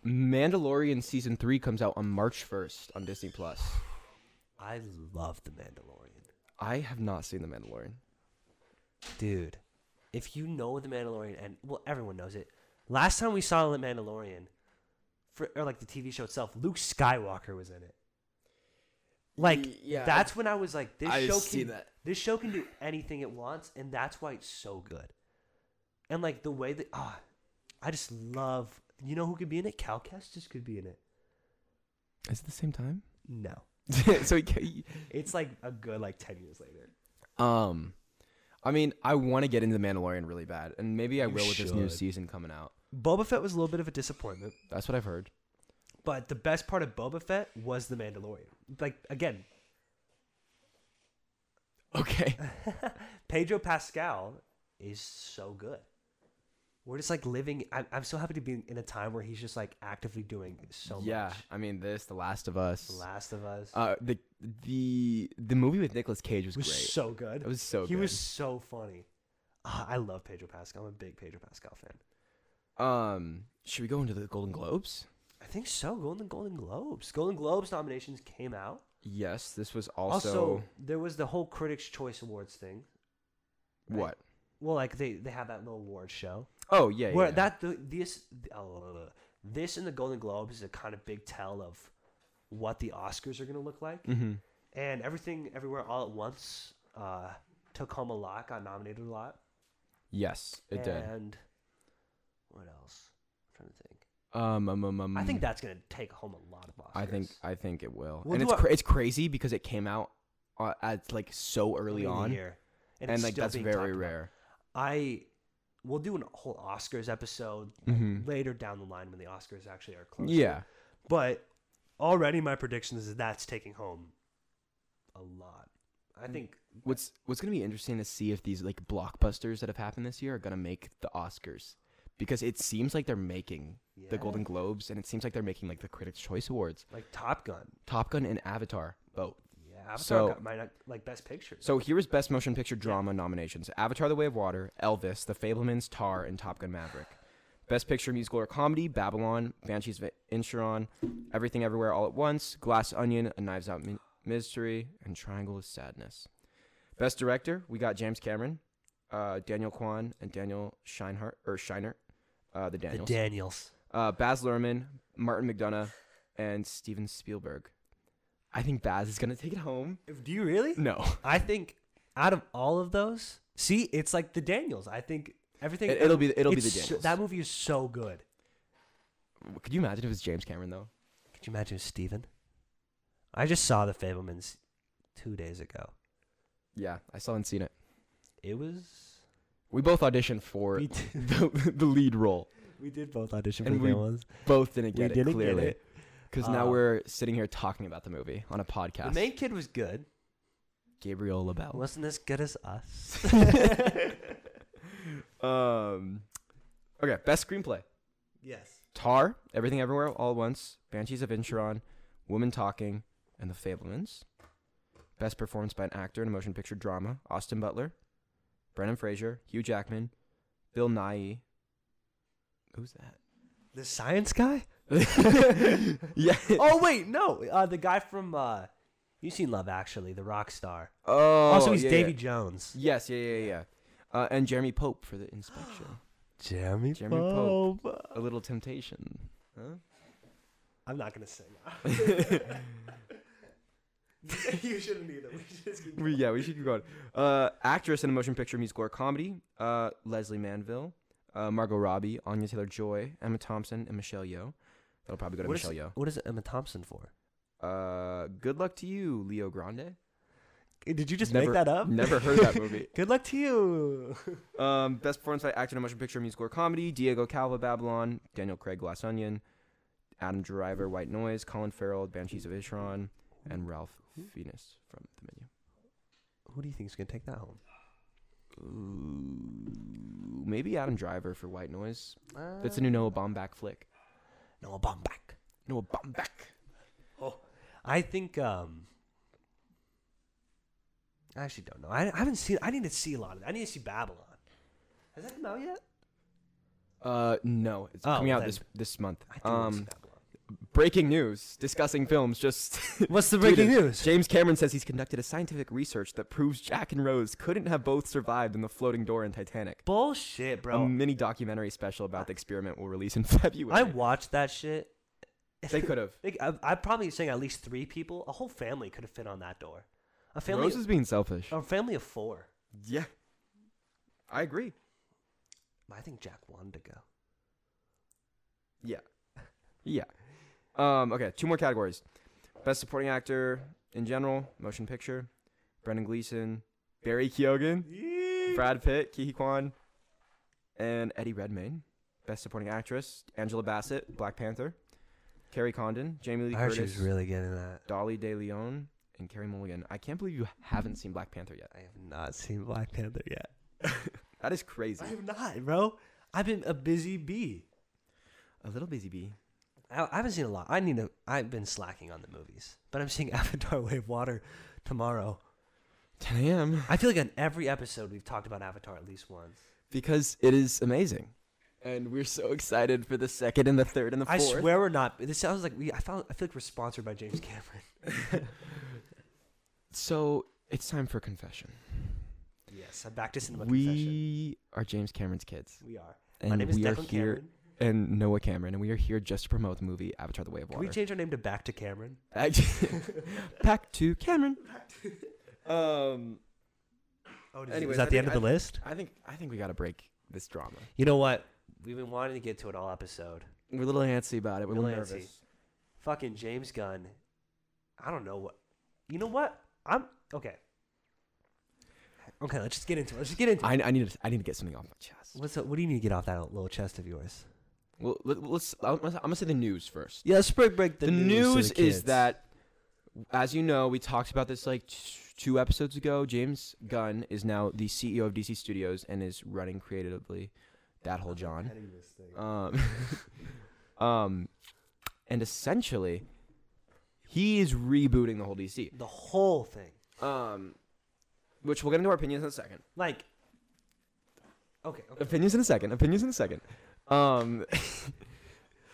Speaker 1: Mandalorian season three comes out on March first on Disney Plus.
Speaker 2: I love The Mandalorian.
Speaker 1: I have not seen the Mandalorian.
Speaker 2: Dude, if you know The Mandalorian, and well, everyone knows it. Last time we saw The Mandalorian, for, or like the TV show itself, Luke Skywalker was in it. Like,
Speaker 1: Y- yeah,
Speaker 2: that's when I was like, this
Speaker 1: I
Speaker 2: show
Speaker 1: see
Speaker 2: can,
Speaker 1: that.
Speaker 2: this show can do anything it wants, and that's why it's so good. And like the way that, ah, I just love. You know who could be in it? Cal Kestis could be in it.
Speaker 1: Is it the same time?
Speaker 2: No,
Speaker 1: so he, ca-
Speaker 2: it's like a good like ten years later.
Speaker 1: um, I mean, I want to get into the Mandalorian really bad, and maybe I
Speaker 2: You
Speaker 1: will with this new
Speaker 2: should.
Speaker 1: season coming out.
Speaker 2: Boba Fett was a little bit of a disappointment.
Speaker 1: That's what I've heard.
Speaker 2: But the best part of Boba Fett was the Mandalorian. Like again,
Speaker 1: Okay.
Speaker 2: Pedro Pascal is so good. We're just like living. I'm, I'm so happy to be in a time where he's just like actively doing so
Speaker 1: yeah,
Speaker 2: much.
Speaker 1: I mean this, The Last of Us.
Speaker 2: The Last of Us
Speaker 1: uh, the the the movie with Nicolas Cage was,
Speaker 2: was
Speaker 1: great.
Speaker 2: so good.
Speaker 1: It was so
Speaker 2: he
Speaker 1: good.
Speaker 2: was so funny. Ah, I love Pedro Pascal. I'm a big Pedro Pascal fan.
Speaker 1: Um, should we go into the Golden Globes?
Speaker 2: I think so. Golden Golden Globes. Golden Globes nominations came out.
Speaker 1: Yes, this was
Speaker 2: Also,
Speaker 1: also,
Speaker 2: there was the whole Critics' Choice Awards thing. right?
Speaker 1: what?
Speaker 2: Well, like they they have that little award show.
Speaker 1: Oh yeah,
Speaker 2: Where
Speaker 1: yeah.
Speaker 2: that the, this uh, this and the Golden Globes is a kind of big tell of what the Oscars are going to look like,
Speaker 1: Mhm.
Speaker 2: and everything everywhere all at once uh, took home a lot, got nominated a lot,
Speaker 1: Yes, it did.
Speaker 2: and what else? I'm trying to think.
Speaker 1: Um, um, um, um,
Speaker 2: I think that's going to take home a lot of Oscars.
Speaker 1: I think I think it will.
Speaker 2: We'll
Speaker 1: and
Speaker 2: do
Speaker 1: it's
Speaker 2: a-
Speaker 1: cra- it's crazy because it came out uh, at like so early
Speaker 2: in the
Speaker 1: on,
Speaker 2: year,
Speaker 1: and,
Speaker 2: it's
Speaker 1: like
Speaker 2: still
Speaker 1: that's
Speaker 2: being talked
Speaker 1: very
Speaker 2: about.
Speaker 1: rare.
Speaker 2: I we'll do a whole Oscars episode
Speaker 1: Mhm.
Speaker 2: later down the line when the Oscars actually are close.
Speaker 1: Yeah,
Speaker 2: But already my prediction is that that's taking home a lot. I think
Speaker 1: what's what's gonna be interesting to see if these like blockbusters that have happened this year are gonna make the Oscars, because it seems like they're making the
Speaker 2: Yeah.
Speaker 1: Golden Globes, and it seems like they're making like the Critics' Choice Awards,
Speaker 2: like Top Gun.
Speaker 1: Top Gun and Avatar both.
Speaker 2: Yeah, Avatar
Speaker 1: So-
Speaker 2: got my like best picture.
Speaker 1: So here is Best Motion Picture Drama nominations: Avatar: The Way of Water, Elvis, The Fablemans, Tar, and Top Gun: Maverick. Best Picture Musical or Comedy: Babylon, Banshees of Inisherin, Everything Everywhere All at Once, Glass Onion, A Knives Out Mi- Mystery, and Triangle of Sadness. Best Director: We got James Cameron, uh, Daniel Kwan, and Daniel Scheinhart or Scheinert, uh, the
Speaker 2: the
Speaker 1: Daniels,
Speaker 2: Daniels.
Speaker 1: uh, Baz Luhrmann, Martin McDonough, and Steven Spielberg. I think Baz is gonna take it home.
Speaker 2: Do you really?
Speaker 1: No.
Speaker 2: I think out of all of those, see, it's like the Daniels. I think everything.
Speaker 1: It, will be it'll be the
Speaker 2: it's so-
Speaker 1: Daniels.
Speaker 2: that movie is so good.
Speaker 1: Could you imagine if it's James Cameron though?
Speaker 2: Could you imagine Steven? I just saw the Fablemans two days ago.
Speaker 1: Yeah, I still haven't seen it.
Speaker 2: It was
Speaker 1: We both auditioned for
Speaker 2: we did,
Speaker 1: the, the lead role.
Speaker 2: we did both audition
Speaker 1: And
Speaker 2: for
Speaker 1: we
Speaker 2: the Fablemans.
Speaker 1: Both didn't get
Speaker 2: we
Speaker 1: it
Speaker 2: didn't
Speaker 1: clearly
Speaker 2: get it.
Speaker 1: because now
Speaker 2: Uh,
Speaker 1: we're sitting here talking about the movie on a podcast.
Speaker 2: The main kid was good.
Speaker 1: Gabriel Labelle.
Speaker 2: Wasn't as good as us.
Speaker 1: um, okay, best screenplay:
Speaker 2: yes.
Speaker 1: Tar, Everything Everywhere All at Once, Banshees of Inisherin, Woman Talking, and The Fablemans. Best performance by an actor in a motion picture drama: Austin Butler, Brendan Fraser, Hugh Jackman, Bill Nye. Who's that?
Speaker 2: The science guy?
Speaker 1: yeah.
Speaker 2: Oh wait, no. Uh, the guy from uh, you seen Love Actually, the rock star.
Speaker 1: Oh.
Speaker 2: also, he's
Speaker 1: yeah,
Speaker 2: Davy
Speaker 1: yeah.
Speaker 2: Jones.
Speaker 1: Yes. Yeah. Yeah. Yeah. Uh, and Jeremy Pope for the inspection.
Speaker 2: Jeremy,
Speaker 1: Jeremy Pope. A little temptation.
Speaker 2: I'm not gonna sing. you shouldn't either. We should just keep
Speaker 1: We, yeah, we should keep going. Uh, actress in a motion picture, musical, or comedy: uh, Leslie Manville, uh, Margot Robbie, Anya Taylor Joy, Emma Thompson, and Michelle Yeoh. That'll probably go to
Speaker 2: What is,
Speaker 1: Michelle Yeoh.
Speaker 2: what is Emma Thompson for?
Speaker 1: Uh, good luck to you, Leo Grande.
Speaker 2: Did you just
Speaker 1: Never-
Speaker 2: make that up?
Speaker 1: Never heard that movie.
Speaker 2: Good luck to you.
Speaker 1: Um, best performance by actor in a motion picture, musical, or comedy: Diego Calva, Babylon; Daniel Craig, Glass Onion; Adam Driver, White Noise; Colin Farrell, Banshees of Inisherin; and Ralph
Speaker 2: Hmm.
Speaker 1: Fiennes from The Menu.
Speaker 2: Who do you think is gonna take that home?
Speaker 1: Ooh, maybe Adam Driver for White Noise.
Speaker 2: Uh,
Speaker 1: That's a new Noah Baumbach flick.
Speaker 2: Noah Baumbach.
Speaker 1: Noah Baumbach.
Speaker 2: Oh, I think um, I actually don't know. I, I haven't seen. I need to see a lot of. That. I need to see Babylon. Has that come out yet?
Speaker 1: Uh, no, it's
Speaker 2: Oh,
Speaker 1: coming out
Speaker 2: then-
Speaker 1: this this month.
Speaker 2: I do wanna see
Speaker 1: Um,
Speaker 2: Babylon.
Speaker 1: breaking news discussing films. Just
Speaker 2: What's the
Speaker 1: tweeted.
Speaker 2: breaking news?
Speaker 1: James Cameron says he's conducted a scientific research that proves Jack and Rose couldn't have both survived in the floating door in Titanic.
Speaker 2: Bullshit,
Speaker 1: A
Speaker 2: bro.
Speaker 1: mini documentary special about the experiment will release in February.
Speaker 2: I watched that shit.
Speaker 1: they could have.
Speaker 2: Like, I, I'm probably saying at least three people. A whole family could have fit on that door. A family.
Speaker 1: Rose is being selfish.
Speaker 2: a family of four.
Speaker 1: Yeah, I agree.
Speaker 2: I think Jack wanted to go.
Speaker 1: Yeah. Yeah. Um, okay, two more categories. Best supporting actor in general, motion picture, Brendan Gleeson, Barry Keoghan, Brad Pitt, Kihi Kwan, and Eddie Redmayne. Best supporting actress, Angela Bassett, Black Panther, Carrie Condon, Jamie Lee
Speaker 2: I heard she
Speaker 1: Curtis,
Speaker 2: was really getting that.
Speaker 1: Dolly De Leon, and Carrie Mulligan. I can't believe you haven't seen Black Panther yet.
Speaker 2: I have not seen Black Panther yet.
Speaker 1: That is crazy.
Speaker 2: I have not, bro. I've been a busy bee.
Speaker 1: A little busy bee.
Speaker 2: I, I haven't seen a lot. I need to. I've been slacking on the movies, but I'm seeing Avatar: Way of Water tomorrow.
Speaker 1: 10 a.m.
Speaker 2: I feel like on every episode we've talked about Avatar at least once.
Speaker 1: because it is amazing. And we're so excited for the second and the third and the
Speaker 2: I
Speaker 1: fourth.
Speaker 2: swear we're not. This sounds like we. I found. I feel like we're sponsored by James Cameron.
Speaker 1: So it's time for confession.
Speaker 2: Yes, I'm back to cinema
Speaker 1: we
Speaker 2: confession.
Speaker 1: are James Cameron's kids,
Speaker 2: We are.
Speaker 1: and
Speaker 2: My name is
Speaker 1: we are
Speaker 2: Declan
Speaker 1: here,
Speaker 2: Cameron.
Speaker 1: and Noah Cameron, and we are here just to promote the movie Avatar: The Way of
Speaker 2: Can
Speaker 1: Water.
Speaker 2: we change our name to Back to Cameron?
Speaker 1: Back to Cameron. um,
Speaker 2: Oh,
Speaker 1: is- Anyways,
Speaker 2: is that
Speaker 1: I
Speaker 2: the
Speaker 1: think-
Speaker 2: end of the
Speaker 1: I-
Speaker 2: list?
Speaker 1: I think I think we got to break this drama.
Speaker 2: You know what? We've been wanting to get to it all episode.
Speaker 1: We're a little antsy about it. We're a little
Speaker 2: Little antsy.
Speaker 1: nervous.
Speaker 2: Fucking James Gunn. I don't know what. You know what? I'm okay. Okay, let's just get into it. Let's just get into it.
Speaker 1: I, I need to I need to get something off my chest.
Speaker 2: What's up? What do you need to get off that little chest of yours?
Speaker 1: Well, let, us I'm gonna I'm gonna say the news first.
Speaker 2: Yeah, let's break break
Speaker 1: the, news, is that as you know we talked about this like t- two episodes ago james gunn is now the ceo of dc studios and is running creatively that whole john um, um and essentially he is rebooting the whole dc
Speaker 2: the whole thing.
Speaker 1: um which we'll get into our opinions in a second
Speaker 2: Like, okay, okay.
Speaker 1: opinions in a second. Opinions in a second. Um,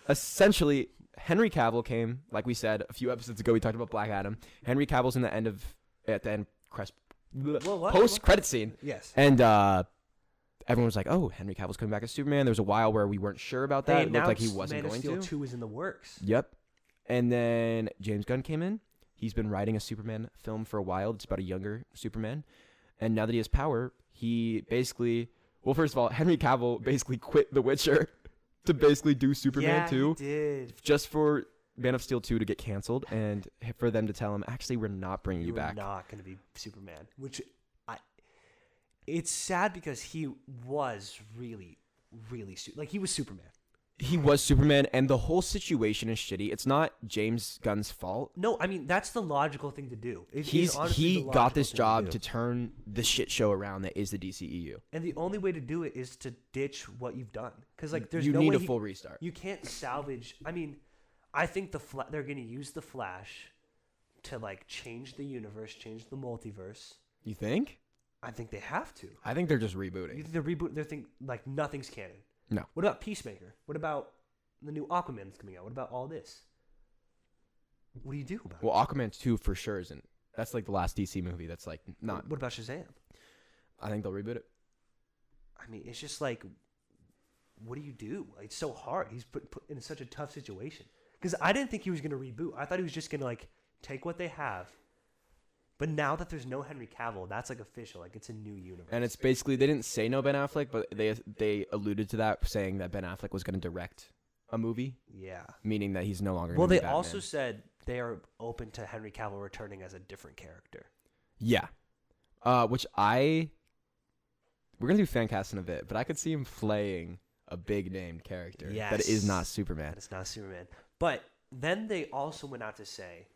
Speaker 1: essentially, Henry Cavill came, like we said a few episodes ago. We talked about Black Adam. Henry Cavill's in the end of at the end crest
Speaker 2: Whoa, what?
Speaker 1: post credit scene,
Speaker 2: Yes.
Speaker 1: and uh, everyone was like, "Oh, Henry Cavill's coming back as Superman." There was a while where we weren't sure about that. It looked like he
Speaker 2: announced
Speaker 1: wasn't
Speaker 2: Man of
Speaker 1: going
Speaker 2: Steel
Speaker 1: to.
Speaker 2: Two is in the works.
Speaker 1: Yep. And then James Gunn came in. He's been writing a Superman film for a while. It's about a younger Superman. And now that he has power, he basically well, first of all, Henry Cavill basically quit The Witcher to basically do Superman
Speaker 2: yeah, he
Speaker 1: 2
Speaker 2: did.
Speaker 1: just for Man of Steel 2 to get canceled and for them to tell him, actually, we're not bringing you,
Speaker 2: You're
Speaker 1: back.
Speaker 2: not going to be Superman, which I. It's sad because he was really, really su- like he was Superman.
Speaker 1: He was Superman, and the whole situation is shitty. It's not James Gunn's fault.
Speaker 2: No, I mean that's the logical thing to do. It is
Speaker 1: He's
Speaker 2: honestly
Speaker 1: he
Speaker 2: the
Speaker 1: got
Speaker 2: logical
Speaker 1: this
Speaker 2: thing
Speaker 1: job
Speaker 2: do.
Speaker 1: to turn the shit show around that is the E DCEU.
Speaker 2: and the only way to do it is to ditch what you've done. Because like, there's
Speaker 1: you
Speaker 2: no
Speaker 1: need
Speaker 2: way
Speaker 1: a
Speaker 2: he-
Speaker 1: full restart.
Speaker 2: You can't salvage. I mean, I think the fla- they're going to use the Flash to like change the universe, change the multiverse.
Speaker 1: You think?
Speaker 2: I think they have to.
Speaker 1: I think they're just
Speaker 2: You
Speaker 1: rebooting.
Speaker 2: think they're rebooting? They're think like nothing's canon.
Speaker 1: No.
Speaker 2: What about Peacemaker? What about the new Aquaman that's coming out? What about all this? What do you do about
Speaker 1: Well, Aquaman 2 for sure isn't. That's like the last DC movie that's like
Speaker 2: it?
Speaker 1: not.
Speaker 2: What about Shazam?
Speaker 1: I think they'll reboot it.
Speaker 2: I mean, it's just like, what do you do? It's so hard. He's put, put in such a tough situation. Because I didn't think he was going to reboot. I thought he was just going to like take what they have. But now that there's no Henry Cavill, that's like official. Like it's a new universe.
Speaker 1: And it's basically they didn't say no Ben Affleck, but they they alluded to that saying that Ben Affleck was going to direct a movie,
Speaker 2: yeah.
Speaker 1: meaning that he's no longer. gonna
Speaker 2: Well, they
Speaker 1: be Batman.
Speaker 2: also said they are open to Henry Cavill returning as a different character.
Speaker 1: yeah, uh, which I we're gonna do fan cast in a bit, but I could see him playing a big named character that is not
Speaker 2: Yes.
Speaker 1: Superman.
Speaker 2: And it's not Superman. But then they also went out to say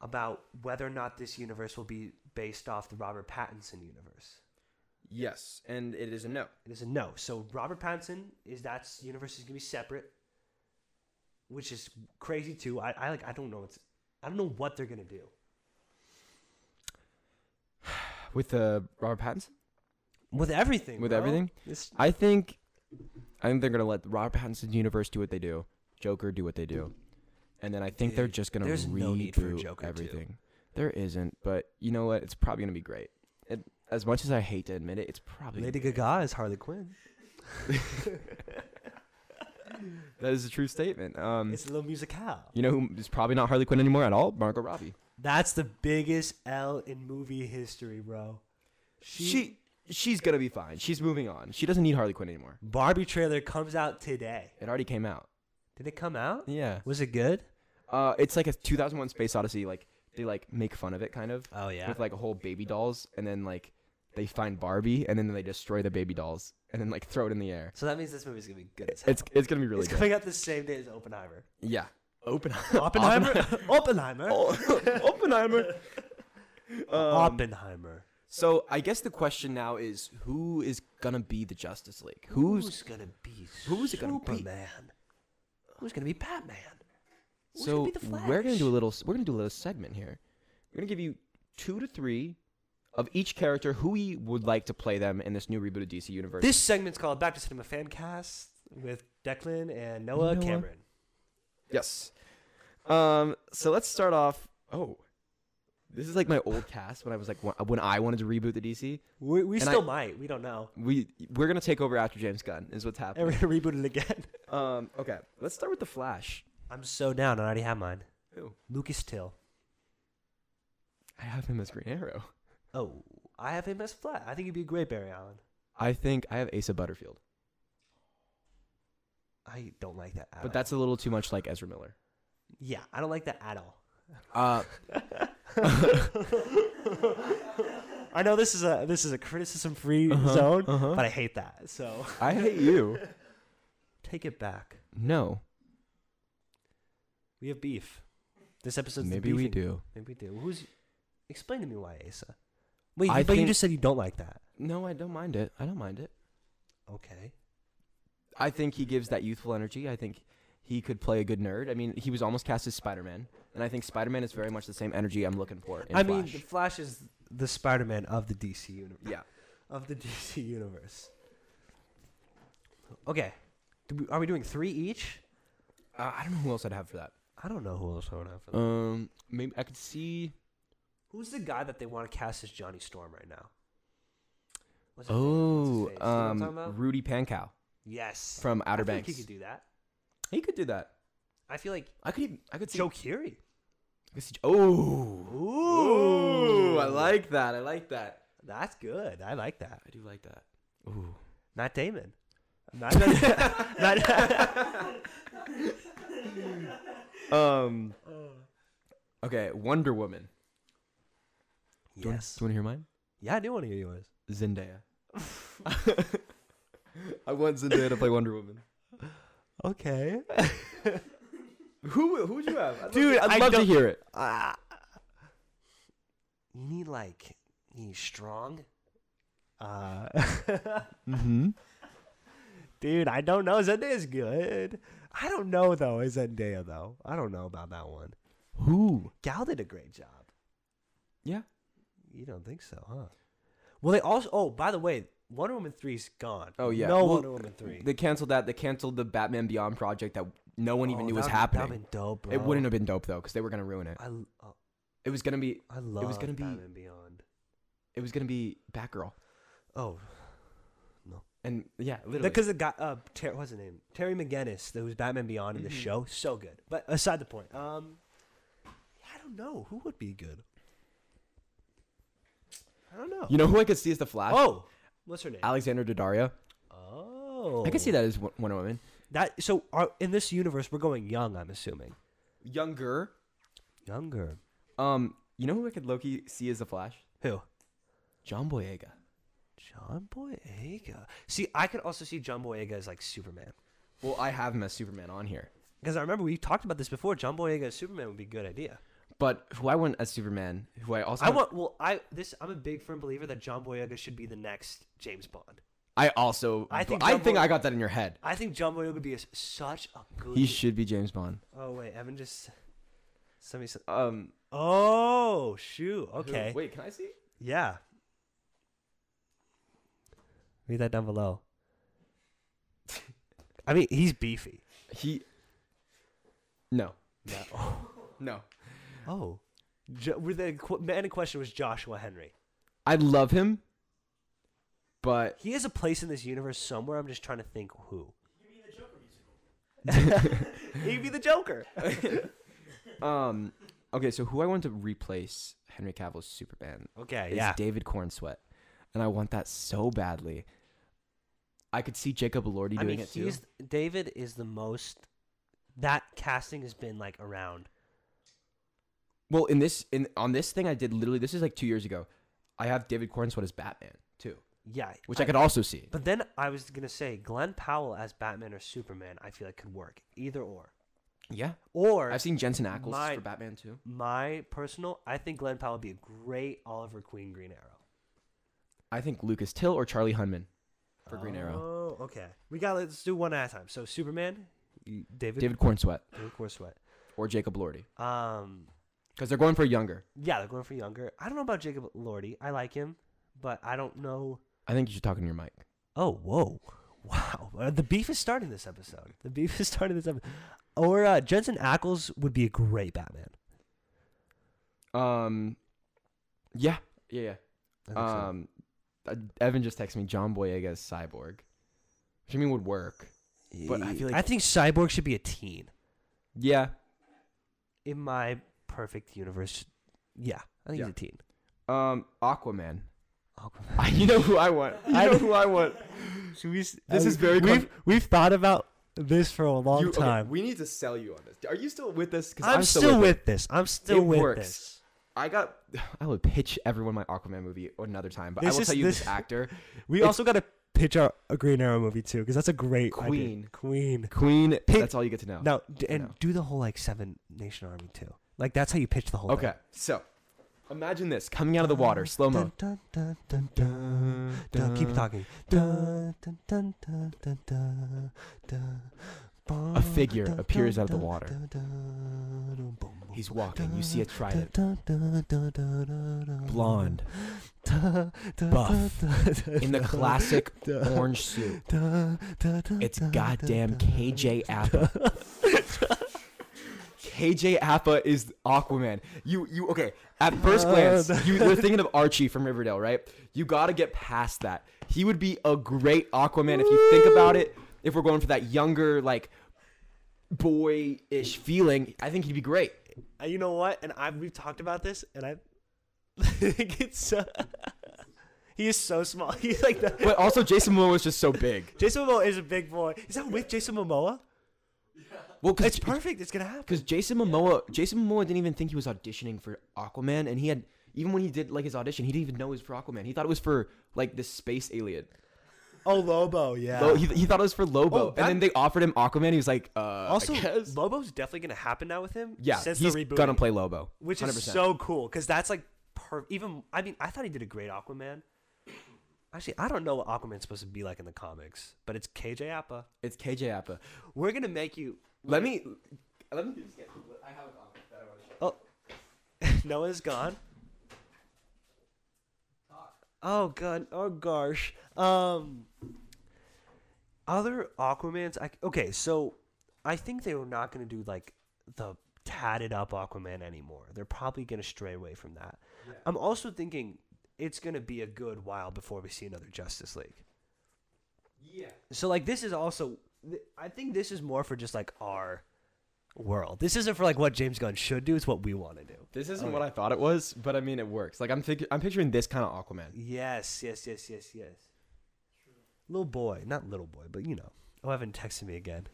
Speaker 2: about whether or not this universe will be based off the Robert Pattinson universe.
Speaker 1: Yes, and it is a no.
Speaker 2: It is a no. So Robert Pattinson is that's universe is gonna be separate, which is crazy too. I, I like I don't know what's I don't know what they're gonna do.
Speaker 1: with uh, Robert Pattinson.
Speaker 2: with everything.
Speaker 1: With
Speaker 2: bro.
Speaker 1: everything?
Speaker 2: It's-
Speaker 1: I think, I think they're gonna let Robert Pattinson's universe do what they do, Joker do what they do, and then I think they're
Speaker 2: Dude,
Speaker 1: just gonna
Speaker 2: there's
Speaker 1: reboot
Speaker 2: no need for a Joker two.
Speaker 1: everything. There isn't, but you know what? It's probably gonna be great. It, as much as I hate to admit it, it's probably
Speaker 2: Lady Gaga is Harley Quinn.
Speaker 1: that is a true statement. Um,
Speaker 2: It's a little musicale.
Speaker 1: you know who is probably not Harley Quinn anymore at all? Margot Robbie.
Speaker 2: That's the biggest L in movie history, bro.
Speaker 1: She, she's gonna be fine. She's moving on. She doesn't need Harley Quinn anymore.
Speaker 2: Barbie trailer comes out today.
Speaker 1: It already came out.
Speaker 2: Did it come out?
Speaker 1: Yeah.
Speaker 2: Was it good?
Speaker 1: Uh, it's like a 2001 Space Odyssey. Like they like make fun of it, kind of.
Speaker 2: Oh yeah.
Speaker 1: with like a whole baby dolls, and then like they find Barbie, and then they destroy the baby dolls, and then like throw it in the air.
Speaker 2: so that means this movie's gonna be good as hell.
Speaker 1: It's it's gonna be really
Speaker 2: it's
Speaker 1: good.
Speaker 2: coming out the same day as Oppenheimer.
Speaker 1: Yeah, open
Speaker 2: Oppenheimer. Oh, Oppenheimer.
Speaker 1: Oppenheimer. Um,
Speaker 2: Oppenheimer.
Speaker 1: so I guess the question now is who is gonna be the Justice League? Who's
Speaker 2: gonna be
Speaker 1: who's it gonna be?
Speaker 2: Superman? Who's gonna be Batman? Who's
Speaker 1: so
Speaker 2: gonna be the
Speaker 1: we're gonna
Speaker 2: Flash?
Speaker 1: do a little we're gonna do a little segment here. We're gonna give you two to three of each character who we would like to play them in this new rebooted DC universe.
Speaker 2: This segment's called Back to Cinema Fancast with Declan and Noah,
Speaker 1: Noah.
Speaker 2: Cameron.
Speaker 1: Yes. Um. So let's start off. Oh, this is like my old cast when I was like wa- when I wanted to reboot the DC.
Speaker 2: We, we
Speaker 1: And
Speaker 2: still
Speaker 1: I-
Speaker 2: might. We don't know.
Speaker 1: We we're gonna take over after James Gunn is what's
Speaker 2: And
Speaker 1: happening.
Speaker 2: we're gonna reboot it again.
Speaker 1: Um. Okay. Let's start with the Flash.
Speaker 2: I'm so down. I already have mine.
Speaker 1: Who?
Speaker 2: Lucas Till.
Speaker 1: I have him as Green Arrow.
Speaker 2: Oh, I have him as Flat. I think he'd be a great Barry Allen.
Speaker 1: I think I have Asa Butterfield,
Speaker 2: I don't like that. At all.
Speaker 1: but that's a little too much like Ezra Miller.
Speaker 2: yeah. I don't like that at all.
Speaker 1: Uh.
Speaker 2: I know this is a this is a criticism free
Speaker 1: Uh-huh,
Speaker 2: zone,
Speaker 1: uh-huh.
Speaker 2: but I hate that. So
Speaker 1: I hate you.
Speaker 2: take it back.
Speaker 1: No.
Speaker 2: We have beef. This episode's the
Speaker 1: Maybe we
Speaker 2: beefing-
Speaker 1: do.
Speaker 2: Maybe we do. Who's? Explain to me why Asa. Wait,
Speaker 1: I
Speaker 2: you- but you
Speaker 1: think-
Speaker 2: just said you don't like that.
Speaker 1: No, I don't mind it. I don't mind it.
Speaker 2: Okay.
Speaker 1: I think he gives that youthful energy. I think he could play a good nerd. I mean, he was almost cast as Spider Man, and I think Spider Man is very much the same energy I'm looking for. In
Speaker 2: I mean,
Speaker 1: Flash.
Speaker 2: the Flash is the Spider-Man of the DC universe.
Speaker 1: yeah.
Speaker 2: Of the DC universe. Okay. Do we, are we doing three each?
Speaker 1: Uh, I don't know who else I'd have for that.
Speaker 2: I don't know who else I would have. For that.
Speaker 1: Um, maybe I could see.
Speaker 2: Who's the guy that they want to cast as Johnny Storm right now? What's his name? What's
Speaker 1: Oh,
Speaker 2: his face? You know what I'm talking
Speaker 1: um,
Speaker 2: about?
Speaker 1: Rudy Pankow
Speaker 2: yes,
Speaker 1: from Outer
Speaker 2: I feel like
Speaker 1: Banks.
Speaker 2: he could do that.
Speaker 1: He could do that.
Speaker 2: I feel like
Speaker 1: I could. Even, I could see.
Speaker 2: Joe Keery.
Speaker 1: I could see oh.
Speaker 2: Ooh.
Speaker 1: I like that. I like that.
Speaker 2: That's good. I like that.
Speaker 1: I do like that. Ooh.
Speaker 2: Matt Damon. Matt, Matt,
Speaker 1: Um. Okay, Wonder Woman. Do you wanna-
Speaker 2: yes.
Speaker 1: do you want to hear mine?
Speaker 2: Yeah, I do want to hear yours.
Speaker 1: Zendaya. I want Zendaya to play Wonder Woman.
Speaker 2: Okay.
Speaker 1: Who who would you have? I'd
Speaker 2: Dude,
Speaker 1: love,
Speaker 2: I
Speaker 1: I'd love to
Speaker 2: don't-
Speaker 1: hear it.
Speaker 2: Ah. You need like you need strong. Uh,
Speaker 1: Mm-hmm.
Speaker 2: dude, I don't know. Zendaya's good. I don't know though. Is Zendaya though? I don't know about that one.
Speaker 1: Who?
Speaker 2: Gal did a great job.
Speaker 1: Yeah.
Speaker 2: You don't think so, huh? Well, they also. Oh, by the way, Wonder Woman three's gone.
Speaker 1: Oh, yeah.
Speaker 2: no
Speaker 1: Well,
Speaker 2: Wonder Woman three.
Speaker 1: They canceled that. They canceled the Batman Beyond project that no one even
Speaker 2: Oh,
Speaker 1: knew was
Speaker 2: that'd- that'd
Speaker 1: happening.
Speaker 2: been dope, bro.
Speaker 1: It wouldn't have been dope though, because they were gonna ruin it.
Speaker 2: I, l- oh,
Speaker 1: It was gonna be.
Speaker 2: I love.
Speaker 1: gonna be-
Speaker 2: Batman Beyond.
Speaker 1: It was gonna be Batgirl.
Speaker 2: Oh,
Speaker 1: And yeah, literally.
Speaker 2: because the guy, uh, Ter- what's his name? Terry McGinnis, who was Batman Beyond
Speaker 1: Mm-hmm.
Speaker 2: in the show, so good. But aside the point, um, I don't know who would be good. I don't know.
Speaker 1: you know who I could see as the Flash?
Speaker 2: oh, what's her name?
Speaker 1: Alexander Daddario.
Speaker 2: oh,
Speaker 1: I could see that as Wo- Wonder Woman.
Speaker 2: That so are, in this universe, we're going young. I'm assuming
Speaker 1: Younger.
Speaker 2: younger.
Speaker 1: Um, you know who I could Loki see as the Flash?
Speaker 2: Who?
Speaker 1: John Boyega.
Speaker 2: John Boyega. See, I could also see John Boyega as like Superman.
Speaker 1: Well, I have him as Superman on here.
Speaker 2: Because I remember we talked about this before. John Boyega as Superman would be a good idea.
Speaker 1: But who I want as Superman, who I also
Speaker 2: I want. Well, I this I'm a big firm believer that John Boyega should be the next James Bond.
Speaker 1: I also I
Speaker 2: I
Speaker 1: think
Speaker 2: think
Speaker 1: I
Speaker 2: John
Speaker 1: think
Speaker 2: Boy-
Speaker 1: I got that in your head.
Speaker 2: I think John Boyega would be a, such a good.
Speaker 1: He should be James Bond.
Speaker 2: oh wait, Evan just sent me some.
Speaker 1: Um
Speaker 2: Oh shoot.
Speaker 1: who-
Speaker 2: Okay.
Speaker 1: wait, can I see?
Speaker 2: Yeah. Leave that down below. I mean, he's beefy.
Speaker 1: He. No.
Speaker 2: Yeah.
Speaker 1: No.
Speaker 2: oh. Jo- were the qu- man in question was Joshua Henry.
Speaker 1: I love him, but
Speaker 2: He has a place in this universe somewhere. I'm just trying to think who.
Speaker 3: You mean the Joker musical?
Speaker 2: He'd be the Joker.
Speaker 1: um, okay. So who I want to replace Henry Cavill's Superman
Speaker 2: Okay,
Speaker 1: is
Speaker 2: yeah.
Speaker 1: David Corn Sweat, and I want that so badly. I could see Jacob Elordi
Speaker 2: I
Speaker 1: doing
Speaker 2: mean,
Speaker 1: it too.
Speaker 2: he's David is the most. That casting has been like around.
Speaker 1: Well, in this in on this thing I did literally this is like two years ago. I have David Corn Sweat as Batman too,
Speaker 2: Yeah,
Speaker 1: which I, could also see.
Speaker 2: But then I was gonna say Glenn Powell as Batman or Superman. I feel like could work either or.
Speaker 1: Yeah,
Speaker 2: Or
Speaker 1: I've seen Jensen Ackles
Speaker 2: my-
Speaker 1: for Batman too.
Speaker 2: my personal, I think Glenn Powell would be a great Oliver Queen Green Arrow
Speaker 1: I think Lucas Till or Charlie Hunman for Green Arrow.
Speaker 2: Oh, okay. We got to let's do one at a time. So Superman, you- David
Speaker 1: David Corn Sweat
Speaker 2: David Corswet.
Speaker 1: or Jacob Elordi
Speaker 2: Um,
Speaker 1: because they're going for younger.
Speaker 2: yeah, they're going for younger. I don't know about Jacob Lordy. I like him, but I don't know.
Speaker 1: I think you should talk in your mic.
Speaker 2: Oh, whoa. Wow. Uh, the beef is starting this episode. The beef is starting this episode. Or uh, Jensen Ackles would be a great Batman.
Speaker 1: Um, yeah, yeah, yeah.
Speaker 2: I think so.
Speaker 1: Um, uh, Evan just texted me John Boyega's Cyborg, which I mean would work. but I feel like-
Speaker 2: I think Cyborg should be a teen
Speaker 1: Yeah.
Speaker 2: in my perfect universe. Yeah, I think he's
Speaker 1: Yeah.
Speaker 2: a teen. Oh,
Speaker 1: Um, Aquaman.
Speaker 2: Aquaman.
Speaker 1: you know who I want. You
Speaker 2: I-
Speaker 1: know who I want.
Speaker 2: Should we, this
Speaker 1: This is very
Speaker 2: Uh, We've
Speaker 1: con-
Speaker 2: we've thought about this for a long
Speaker 1: You- okay,
Speaker 2: time.
Speaker 1: we need to sell you on this. Are you still with this?
Speaker 2: I'm, still, with, this. I'm still
Speaker 1: It
Speaker 2: with
Speaker 1: works.
Speaker 2: this.
Speaker 1: I got. I would pitch everyone my Aquaman movie another time, but I
Speaker 2: This
Speaker 1: will
Speaker 2: is-
Speaker 1: tell you this,
Speaker 2: this-
Speaker 1: actor,
Speaker 2: We
Speaker 1: It's-
Speaker 2: also got to pitch our a Green Arrow movie too, because that's a great idea.
Speaker 1: Queen.
Speaker 2: Queen.
Speaker 1: Queen.
Speaker 2: Pink-
Speaker 1: That's all you get to know.
Speaker 2: Now d- and
Speaker 1: No.
Speaker 2: do the whole like Seven Nation Army too. Like that's how you pitch the whole.
Speaker 1: Okay, so imagine this coming out of the water, slow
Speaker 2: Thing.
Speaker 1: mo.
Speaker 2: Dun, dun, dun, dun, dun. Dun, keep talking. Dun, dun, dun, dun, dun, dun, dun, bum,
Speaker 1: A figure
Speaker 2: dun,
Speaker 1: appears
Speaker 2: dun,
Speaker 1: out of the
Speaker 2: dun,
Speaker 1: water.
Speaker 2: dun, dun, dun, boom, boom.
Speaker 1: He's walking. You see a trident.
Speaker 2: Dun, dun, dun, dun, dun, dun,
Speaker 1: Blonde
Speaker 2: dun, dun,
Speaker 1: buff,
Speaker 2: dun, dun,
Speaker 1: in the
Speaker 2: dun,
Speaker 1: classic
Speaker 2: dun,
Speaker 1: orange suit.
Speaker 2: dun, dun, dun,
Speaker 1: It's
Speaker 2: dun,
Speaker 1: goddamn
Speaker 2: dun, dun.
Speaker 1: KJ Appa. KJ Appa is Aquaman. You you okay? At first glance, you, you're thinking of Archie from Riverdale, right? You got to get past that. He would be a great Aquaman if you think about it. If we're going for that younger like boy-ish feeling, I think he'd be great.
Speaker 2: Uh, You know what? And I we've talked about this, and I think it's. Uh, he is so small. He's like the.
Speaker 1: But also, Jason Momoa is just so big.
Speaker 2: Jason Momoa is a big boy. Is that with Jason Momoa?
Speaker 1: Well, because
Speaker 2: It's perfect. It's gonna happen.
Speaker 1: because Jason Momoa, Jason Momoa didn't even think he was auditioning for Aquaman, and he had even when he did like his audition, he didn't even know it was for Aquaman. He thought it was for like this space alien.
Speaker 2: Oh, Lobo, yeah.
Speaker 1: Lo- he, he thought it was for Lobo,
Speaker 2: Oh, that-
Speaker 1: and then they offered him Aquaman. He was like, uh, I
Speaker 2: also,
Speaker 1: guess.
Speaker 2: Lobo's definitely gonna happen now with him.
Speaker 1: yeah,
Speaker 2: since
Speaker 1: he's
Speaker 2: the reboot,
Speaker 1: gonna play Lobo,
Speaker 2: which is
Speaker 1: 100%.
Speaker 2: so cool because that's like per- even. I mean, I thought he did a great Aquaman. Actually, I don't know what Aquaman's supposed to be like in the comics, but it's KJ Appa.
Speaker 1: It's KJ Appa.
Speaker 2: We're gonna make you.
Speaker 1: Let me, let me just get. I have a comic that I want to show.
Speaker 2: Oh, Noah's gone. Oh god. Oh gosh. Um. Other Aquaman's. I, okay, so I think they were not going to do like the tatted up Aquaman anymore. They're probably going to stray away from that. I'm also thinking it's going to be a good while before we see another Justice League.
Speaker 1: Yeah.
Speaker 2: So like this is also th- I think this is more for just like our world. This isn't for like what James Gunn should do, it's what we want to do.
Speaker 1: This isn't what I thought it was, but I mean it works. Like I'm fig- I'm picturing this kind of Aquaman.
Speaker 2: Yes, yes, yes, yes, yes. Little boy, not little boy, but you know. Oh, Evan texted me again.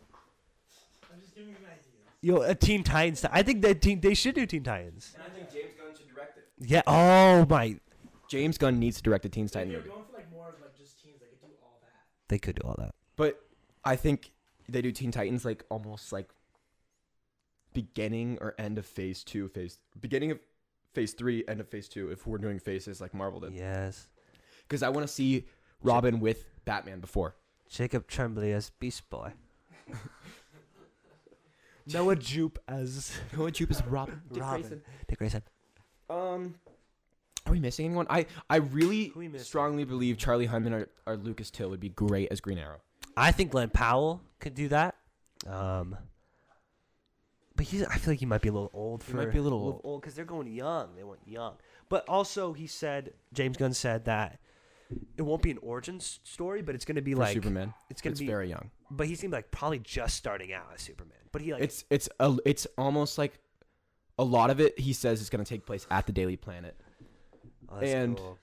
Speaker 3: I'm just giving you an idea.
Speaker 2: Yo, a Teen Titans. I think that teen, they should do Teen Titans.
Speaker 1: And I think James Gunn should direct it.
Speaker 2: Yeah. Oh my.
Speaker 1: James Gunn needs to direct a Teen
Speaker 3: If
Speaker 1: Titan
Speaker 3: you're
Speaker 1: movie.
Speaker 3: going for like more of like just teens, I could do all that.
Speaker 2: They could do all that.
Speaker 1: But I think they do Teen Titans like almost like beginning or end of phase two, phase beginning of phase three, end of phase two. If we're doing phases like Marvel did,
Speaker 2: Yes.
Speaker 1: because I want to see Robin with Batman before.
Speaker 2: Jacob Tremblay as Beast Boy. Noah Jupe as
Speaker 1: Noah Jupe is Robin.
Speaker 2: Robin. Dick Grayson.
Speaker 1: Um, Are we missing anyone? I I really
Speaker 2: Who we missing?
Speaker 1: strongly believe Charlie Hyman or, or Lucas Till would be great as Green Arrow.
Speaker 2: I think Glenn Powell could do that. Um, but he's, I feel like he might be a little old
Speaker 1: He
Speaker 2: for.
Speaker 1: might be a little old.
Speaker 2: old because they're going young. They want young. But also, he said James Gunn said that it won't be an origin s- story, but it's going to be
Speaker 1: For
Speaker 2: like
Speaker 1: Superman,
Speaker 2: It's going
Speaker 1: it's
Speaker 2: to be.
Speaker 1: very young.
Speaker 2: But he seemed like probably just starting out as Superman. But he like
Speaker 1: it's it's a, it's almost like a lot of it. He says is going to take place at the Daily Planet,
Speaker 2: oh, that's
Speaker 1: and-
Speaker 2: cool.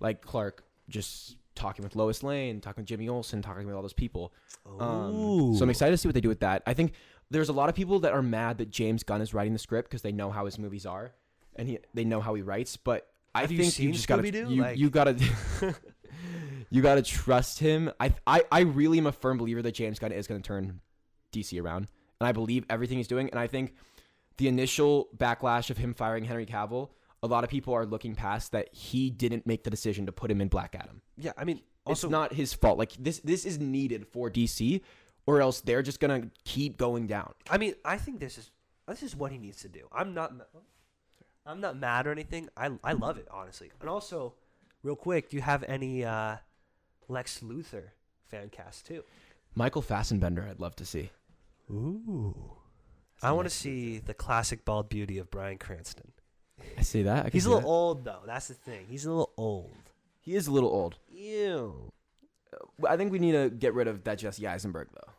Speaker 1: like Clark just talking with Lois Lane, talking with Jimmy Olsen, talking with all those people. Um, so
Speaker 2: Ooh.
Speaker 1: I'm excited to see what they do with that. I think there's a lot of people that are mad that James Gunn is writing the script because they know how his movies are, and he they know how he writes. But I
Speaker 2: Have you
Speaker 1: think
Speaker 2: seen
Speaker 1: just gotta
Speaker 2: Scooby-Doo?
Speaker 1: you,
Speaker 2: Like-
Speaker 1: you gotta you gotta trust him. I, I I really am a firm believer that James Gunn is gonna turn DC around, and I believe everything he's doing. And I think the initial backlash of him firing Henry Cavill. A lot of people are looking past that he didn't make the decision to put him in Black Adam
Speaker 2: yeah, I mean, also
Speaker 1: it's not his fault. Like this, this is needed for DC, or else they're just gonna keep going down.
Speaker 2: I mean, I think this is this is what he needs to do. I'm not ma- I'm not mad or anything. I I love it honestly. And also, real quick, do you have any uh, Lex Luthor fan cast too?
Speaker 1: Michael Fassbender, I'd love to see.
Speaker 2: Ooh. I want to see the classic bald beauty of Brian Cranston.
Speaker 1: I see that. I can
Speaker 2: He's a
Speaker 1: see
Speaker 2: little
Speaker 1: that.
Speaker 2: old though. That's the thing. He's a little old.
Speaker 1: He is a little old.
Speaker 2: Ew.
Speaker 1: I think we need to get rid of that Jesse Eisenberg though.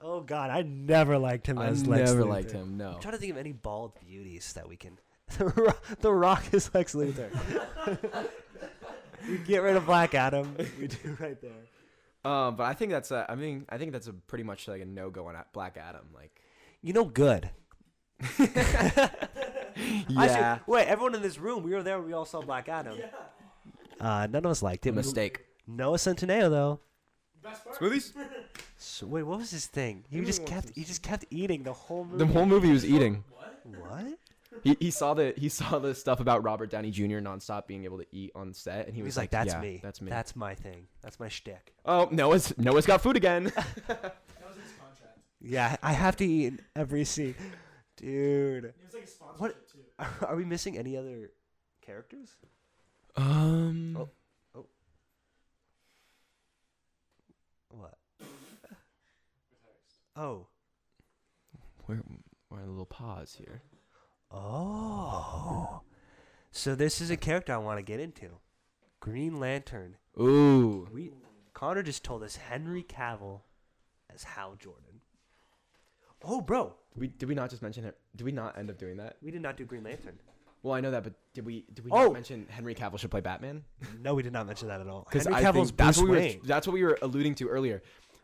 Speaker 2: Oh God, I never liked him
Speaker 1: I
Speaker 2: as Lex.
Speaker 1: never
Speaker 2: Luthor.
Speaker 1: liked him. No.
Speaker 2: I'm trying to think of any bald beauties that we can. The Rock, the Rock is Lex Luthor. we get rid of Black Adam. We do right there.
Speaker 1: Um, but I think that's a. I mean, I think that's a pretty much like a no go on at Black Adam. Like.
Speaker 2: You know, good. Actually,
Speaker 1: Yeah.
Speaker 2: wait, everyone in this room, we were there. We all saw Black Adam. Uh, none of us liked it.
Speaker 1: Mistake.
Speaker 2: We- Noah Centineo though.
Speaker 3: Best part.
Speaker 1: Smoothies?
Speaker 2: So, wait, what was his thing? He just kept. He just kept eating the whole movie.
Speaker 1: The whole movie he was eating.
Speaker 2: what?
Speaker 1: He, he saw the he saw the stuff about Robert Downey Jr. nonstop being able to eat on set, and he
Speaker 2: He
Speaker 1: was
Speaker 2: was like, "That's
Speaker 1: yeah,
Speaker 2: me.
Speaker 1: That's me.
Speaker 2: That's my thing. That's my shtick."
Speaker 1: oh, Noah's Noah's got food again.
Speaker 3: That was in his contract.
Speaker 2: Yeah, I have to eat in every scene, dude.
Speaker 3: It was like a sponsorship too.
Speaker 2: Are we missing any other characters?
Speaker 1: Um,
Speaker 2: Oh. What? Oh.
Speaker 1: we're we're in a little pause here.
Speaker 2: Oh. So this is a character I want to get into. Green Lantern.
Speaker 1: Ooh,
Speaker 2: We Connor just told us Henry Cavill as Hal Jordan. Oh, bro.
Speaker 1: we did we not just mention it? Did we not end up doing that?
Speaker 2: We did not do Green Lantern.
Speaker 1: Well, I know that, but did we did we
Speaker 2: Oh.
Speaker 1: not mention Henry Cavill should play Batman?
Speaker 2: No, we did not mention that at all.
Speaker 1: Because I
Speaker 2: Henry Cavill's
Speaker 1: think that's
Speaker 2: Bruce
Speaker 1: what we
Speaker 2: Wayne.
Speaker 1: were that's what we were alluding to earlier.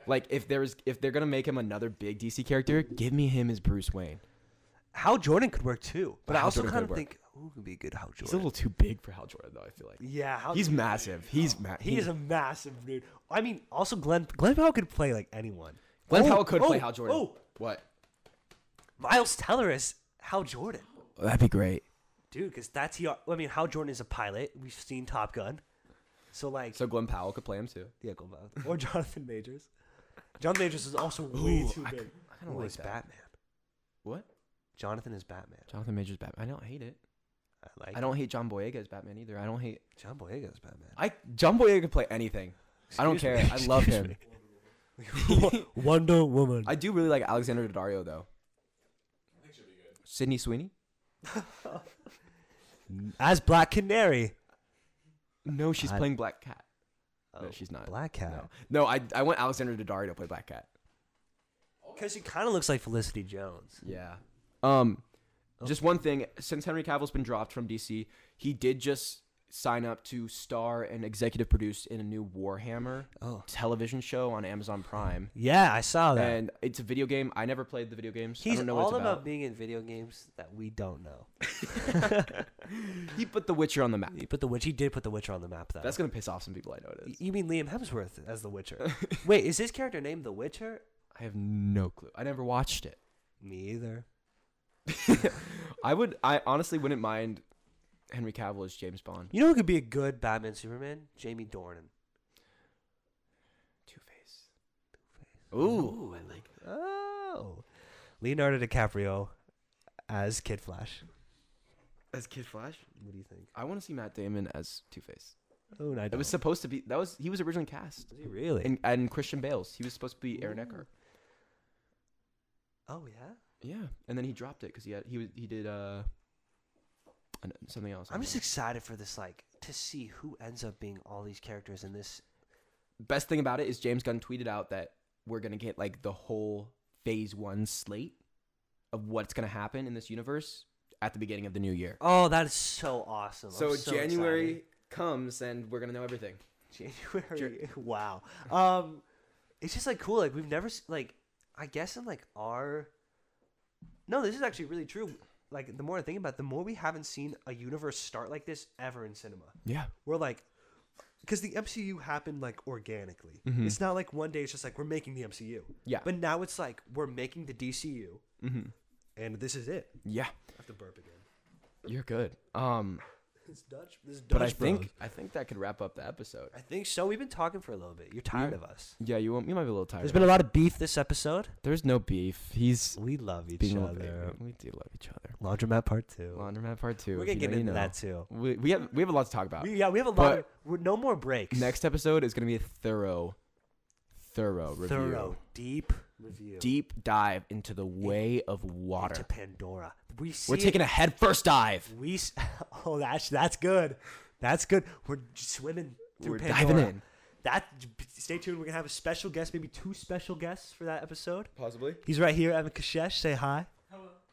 Speaker 1: Like if there is if they're gonna make him another big DC character, give me him as Bruce Wayne.
Speaker 2: Hal Jordan could work too. But I
Speaker 1: Hal
Speaker 2: also
Speaker 1: Jordan
Speaker 2: kind of
Speaker 1: could work.
Speaker 2: think who could be a good Hal Jordan?
Speaker 1: He's a little too big for Hal Jordan, though. I feel like
Speaker 2: yeah, Hal
Speaker 1: he's massive. He's ma-
Speaker 2: He is a massive dude. I mean, also Glenn Glenn Powell could play like anyone.
Speaker 1: Glenn
Speaker 2: Oh,
Speaker 1: Powell could play
Speaker 2: oh,
Speaker 1: Hal Jordan.
Speaker 2: Oh,
Speaker 1: What?
Speaker 2: Miles Teller is Hal Jordan,
Speaker 1: Oh, That'd be great.
Speaker 2: dude. Because that's he. I mean, Hal Jordan is a pilot. We've seen Top Gun, so like
Speaker 1: So Glenn Powell could play him too.
Speaker 2: yeah, Glenn Powell. or Jonathan Majors. Jonathan Majors is also way
Speaker 1: Ooh,
Speaker 2: too
Speaker 1: I
Speaker 2: big.
Speaker 1: c- I kinda
Speaker 2: Ooh,
Speaker 1: like
Speaker 2: he's
Speaker 1: that.
Speaker 2: Batman.
Speaker 1: What?
Speaker 2: Jonathan is Batman.
Speaker 1: Jonathan Majors Batman. I don't hate it.
Speaker 2: I like.
Speaker 1: I don't hate John Boyega as Batman either. I don't hate
Speaker 2: John Boyega's Batman.
Speaker 1: I John Boyega could play anything. I don't
Speaker 2: Excuse
Speaker 1: care.
Speaker 2: me,
Speaker 1: I love
Speaker 2: excuse
Speaker 1: him.
Speaker 2: me. Wonder Woman.
Speaker 1: I do really like Alexander Daddario though.
Speaker 4: I think she'll be good.
Speaker 1: Sydney Sweeney?
Speaker 2: As Black Canary.
Speaker 1: No, she's
Speaker 2: I-
Speaker 1: playing Black Cat.
Speaker 2: Oh,
Speaker 1: no, she's not.
Speaker 2: Black Cat.
Speaker 1: No, no, I I want Alexander Daddario to play Black Cat.
Speaker 2: Because she kind of looks like Felicity Jones.
Speaker 1: Yeah. Um,
Speaker 2: Oh.
Speaker 1: just one thing. Since Henry Cavill's been dropped from DC, he did just sign up to star and executive produce in a new Warhammer
Speaker 2: Oh.
Speaker 1: television show on Amazon Prime.
Speaker 2: Yeah, I saw that.
Speaker 1: And it's a video game. I never played the video games. I
Speaker 2: He's
Speaker 1: don't know
Speaker 2: all
Speaker 1: what it's
Speaker 2: about.
Speaker 1: about.
Speaker 2: being in video games that we don't know.
Speaker 1: He put The Witcher on the map.
Speaker 2: He put the witch. He did put the Witcher on the map though.
Speaker 1: That's gonna piss off some people. I know it
Speaker 2: Y-
Speaker 1: is.
Speaker 2: you mean Liam Hemsworth as the Witcher? Wait, is his character named the Witcher?
Speaker 1: I have no clue. I never watched it.
Speaker 2: Me either.
Speaker 1: I would. I honestly wouldn't mind Henry Cavill as James Bond.
Speaker 2: You know who could be a good Batman Superman? Jamie Dornan.
Speaker 1: Two Face. Ooh, I like.
Speaker 2: Oh, Leonardo DiCaprio as Kid Flash. As Kid
Speaker 1: Flash?
Speaker 2: What do you think?
Speaker 1: I want to see Matt Damon as Two Face.
Speaker 2: Oh, no, I
Speaker 1: It was supposed to be that was he was originally cast,
Speaker 2: he really?
Speaker 1: and and Christian Bale's he was supposed to be Aaron
Speaker 2: Ooh.
Speaker 1: Eckhart.
Speaker 2: oh yeah.
Speaker 1: Yeah, and then he dropped it because he had he was he did uh an- something else. I
Speaker 2: I'm
Speaker 1: don't
Speaker 2: just excited for this, like, to see who ends up being all these characters in this.
Speaker 1: know. best thing about it is James Gunn tweeted out that we're gonna get like the whole Phase One slate of what's gonna happen in this universe at the beginning of the new year.
Speaker 2: Oh, that is so awesome! I'm
Speaker 1: so, January
Speaker 2: excited.
Speaker 1: comes and we're gonna know everything.
Speaker 2: January. wow. Um, it's just like cool. Like we've never s- like I guess in like our. No, this is actually really true. Like the more I think about, it, the more we haven't seen a universe start like this ever in cinema.
Speaker 1: Yeah.
Speaker 2: We're like, because the MCU happened like organically.
Speaker 1: Mhm.
Speaker 2: It's not like one day it's just like we're making the MCU.
Speaker 1: Yeah.
Speaker 2: But now it's like we're making the DCU,
Speaker 1: Mm-hmm.
Speaker 2: and this is it.
Speaker 1: Yeah.
Speaker 2: I have to burp again.
Speaker 1: You're good. Um,
Speaker 2: It's Dutch. This Dutch.
Speaker 1: but I think I think that could wrap up the episode.
Speaker 2: I think so. We've been talking for a little bit. You're tired of us.
Speaker 1: Yeah, you won't, you might be a little tired.
Speaker 2: There's
Speaker 1: There's,
Speaker 2: been a lot of beef this episode.
Speaker 1: no beef. He's
Speaker 2: We love each
Speaker 1: being a little
Speaker 2: other.
Speaker 1: baby. We do love each other.
Speaker 2: Laundromat part two.
Speaker 1: Laundromat Part Two.
Speaker 2: We're
Speaker 1: if
Speaker 2: gonna
Speaker 1: you
Speaker 2: get
Speaker 1: know, you
Speaker 2: into
Speaker 1: know.
Speaker 2: that too.
Speaker 1: We, we have we have a lot to talk about.
Speaker 2: We, yeah, we have a lot.
Speaker 1: But-
Speaker 2: Of, we're, no more breaks.
Speaker 1: Next episode is gonna be a thorough, thorough review,
Speaker 2: thorough, deep review.
Speaker 1: deep dive into the way of water.
Speaker 2: into Pandora. We see
Speaker 1: We're taking a head first dive.
Speaker 2: It, we s- oh that's that's good. That's good. We're j- swimming through
Speaker 1: We're
Speaker 2: Pandora.
Speaker 1: diving in.
Speaker 2: That stay tuned. We're gonna have a special guest, maybe two special guests for that episode.
Speaker 1: Possibly.
Speaker 2: He's right here, Evan Kashesh. Say hi,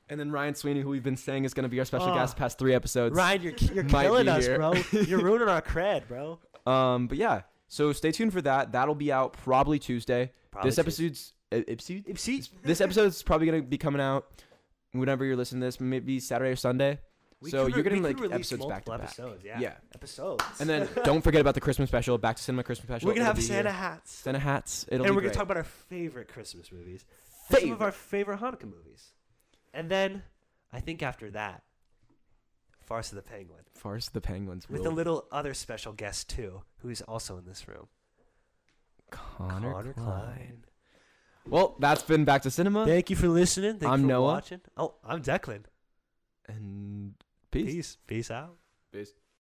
Speaker 1: And then Ryan Sweeney, who we've been saying is gonna be our special
Speaker 2: Ah.
Speaker 1: guest past three episodes.
Speaker 2: Ryan. You're ki- you're
Speaker 1: Might
Speaker 2: killing
Speaker 1: be
Speaker 2: us,
Speaker 1: here.
Speaker 2: bro. You're ruining our cred, bro.
Speaker 1: Um, but yeah, so stay tuned for that. That'll be out probably Tuesday.
Speaker 2: Probably
Speaker 1: this episode's e- episode.
Speaker 2: See,
Speaker 1: this episode's probably gonna be coming out whenever you're listening to this, maybe Saturday or Sunday.
Speaker 2: we
Speaker 1: so
Speaker 2: could
Speaker 1: you're
Speaker 2: re-
Speaker 1: getting
Speaker 2: we
Speaker 1: like
Speaker 2: could release
Speaker 1: episodes back to
Speaker 2: multiple
Speaker 1: back.
Speaker 2: Episodes, yeah.
Speaker 1: Yeah.
Speaker 2: Episodes.
Speaker 1: And then don't forget about the Christmas special, Back to Cinema Christmas special.
Speaker 2: we're gonna
Speaker 1: It'll
Speaker 2: have
Speaker 1: be
Speaker 2: Santa
Speaker 1: here.
Speaker 2: hats,
Speaker 1: Santa hats. It'll
Speaker 2: and
Speaker 1: be
Speaker 2: we're gonna
Speaker 1: great.
Speaker 2: talk about our favorite Christmas movies, and some of our favorite Hanukkah movies, and then I think after that, Farce of the Penguin
Speaker 1: Farce of the Penguins
Speaker 2: with
Speaker 1: will-
Speaker 2: a little other special guest too, who's also in this room,
Speaker 1: Connor, Klein.
Speaker 2: Connor Klein.
Speaker 1: Well, that's been Back to Cinema
Speaker 2: Thank you for listening. Thank
Speaker 1: I'm
Speaker 2: you for
Speaker 1: Noah.
Speaker 2: watching. Oh, I'm Declan.
Speaker 1: and
Speaker 2: Peace. Peace out.
Speaker 1: Peace.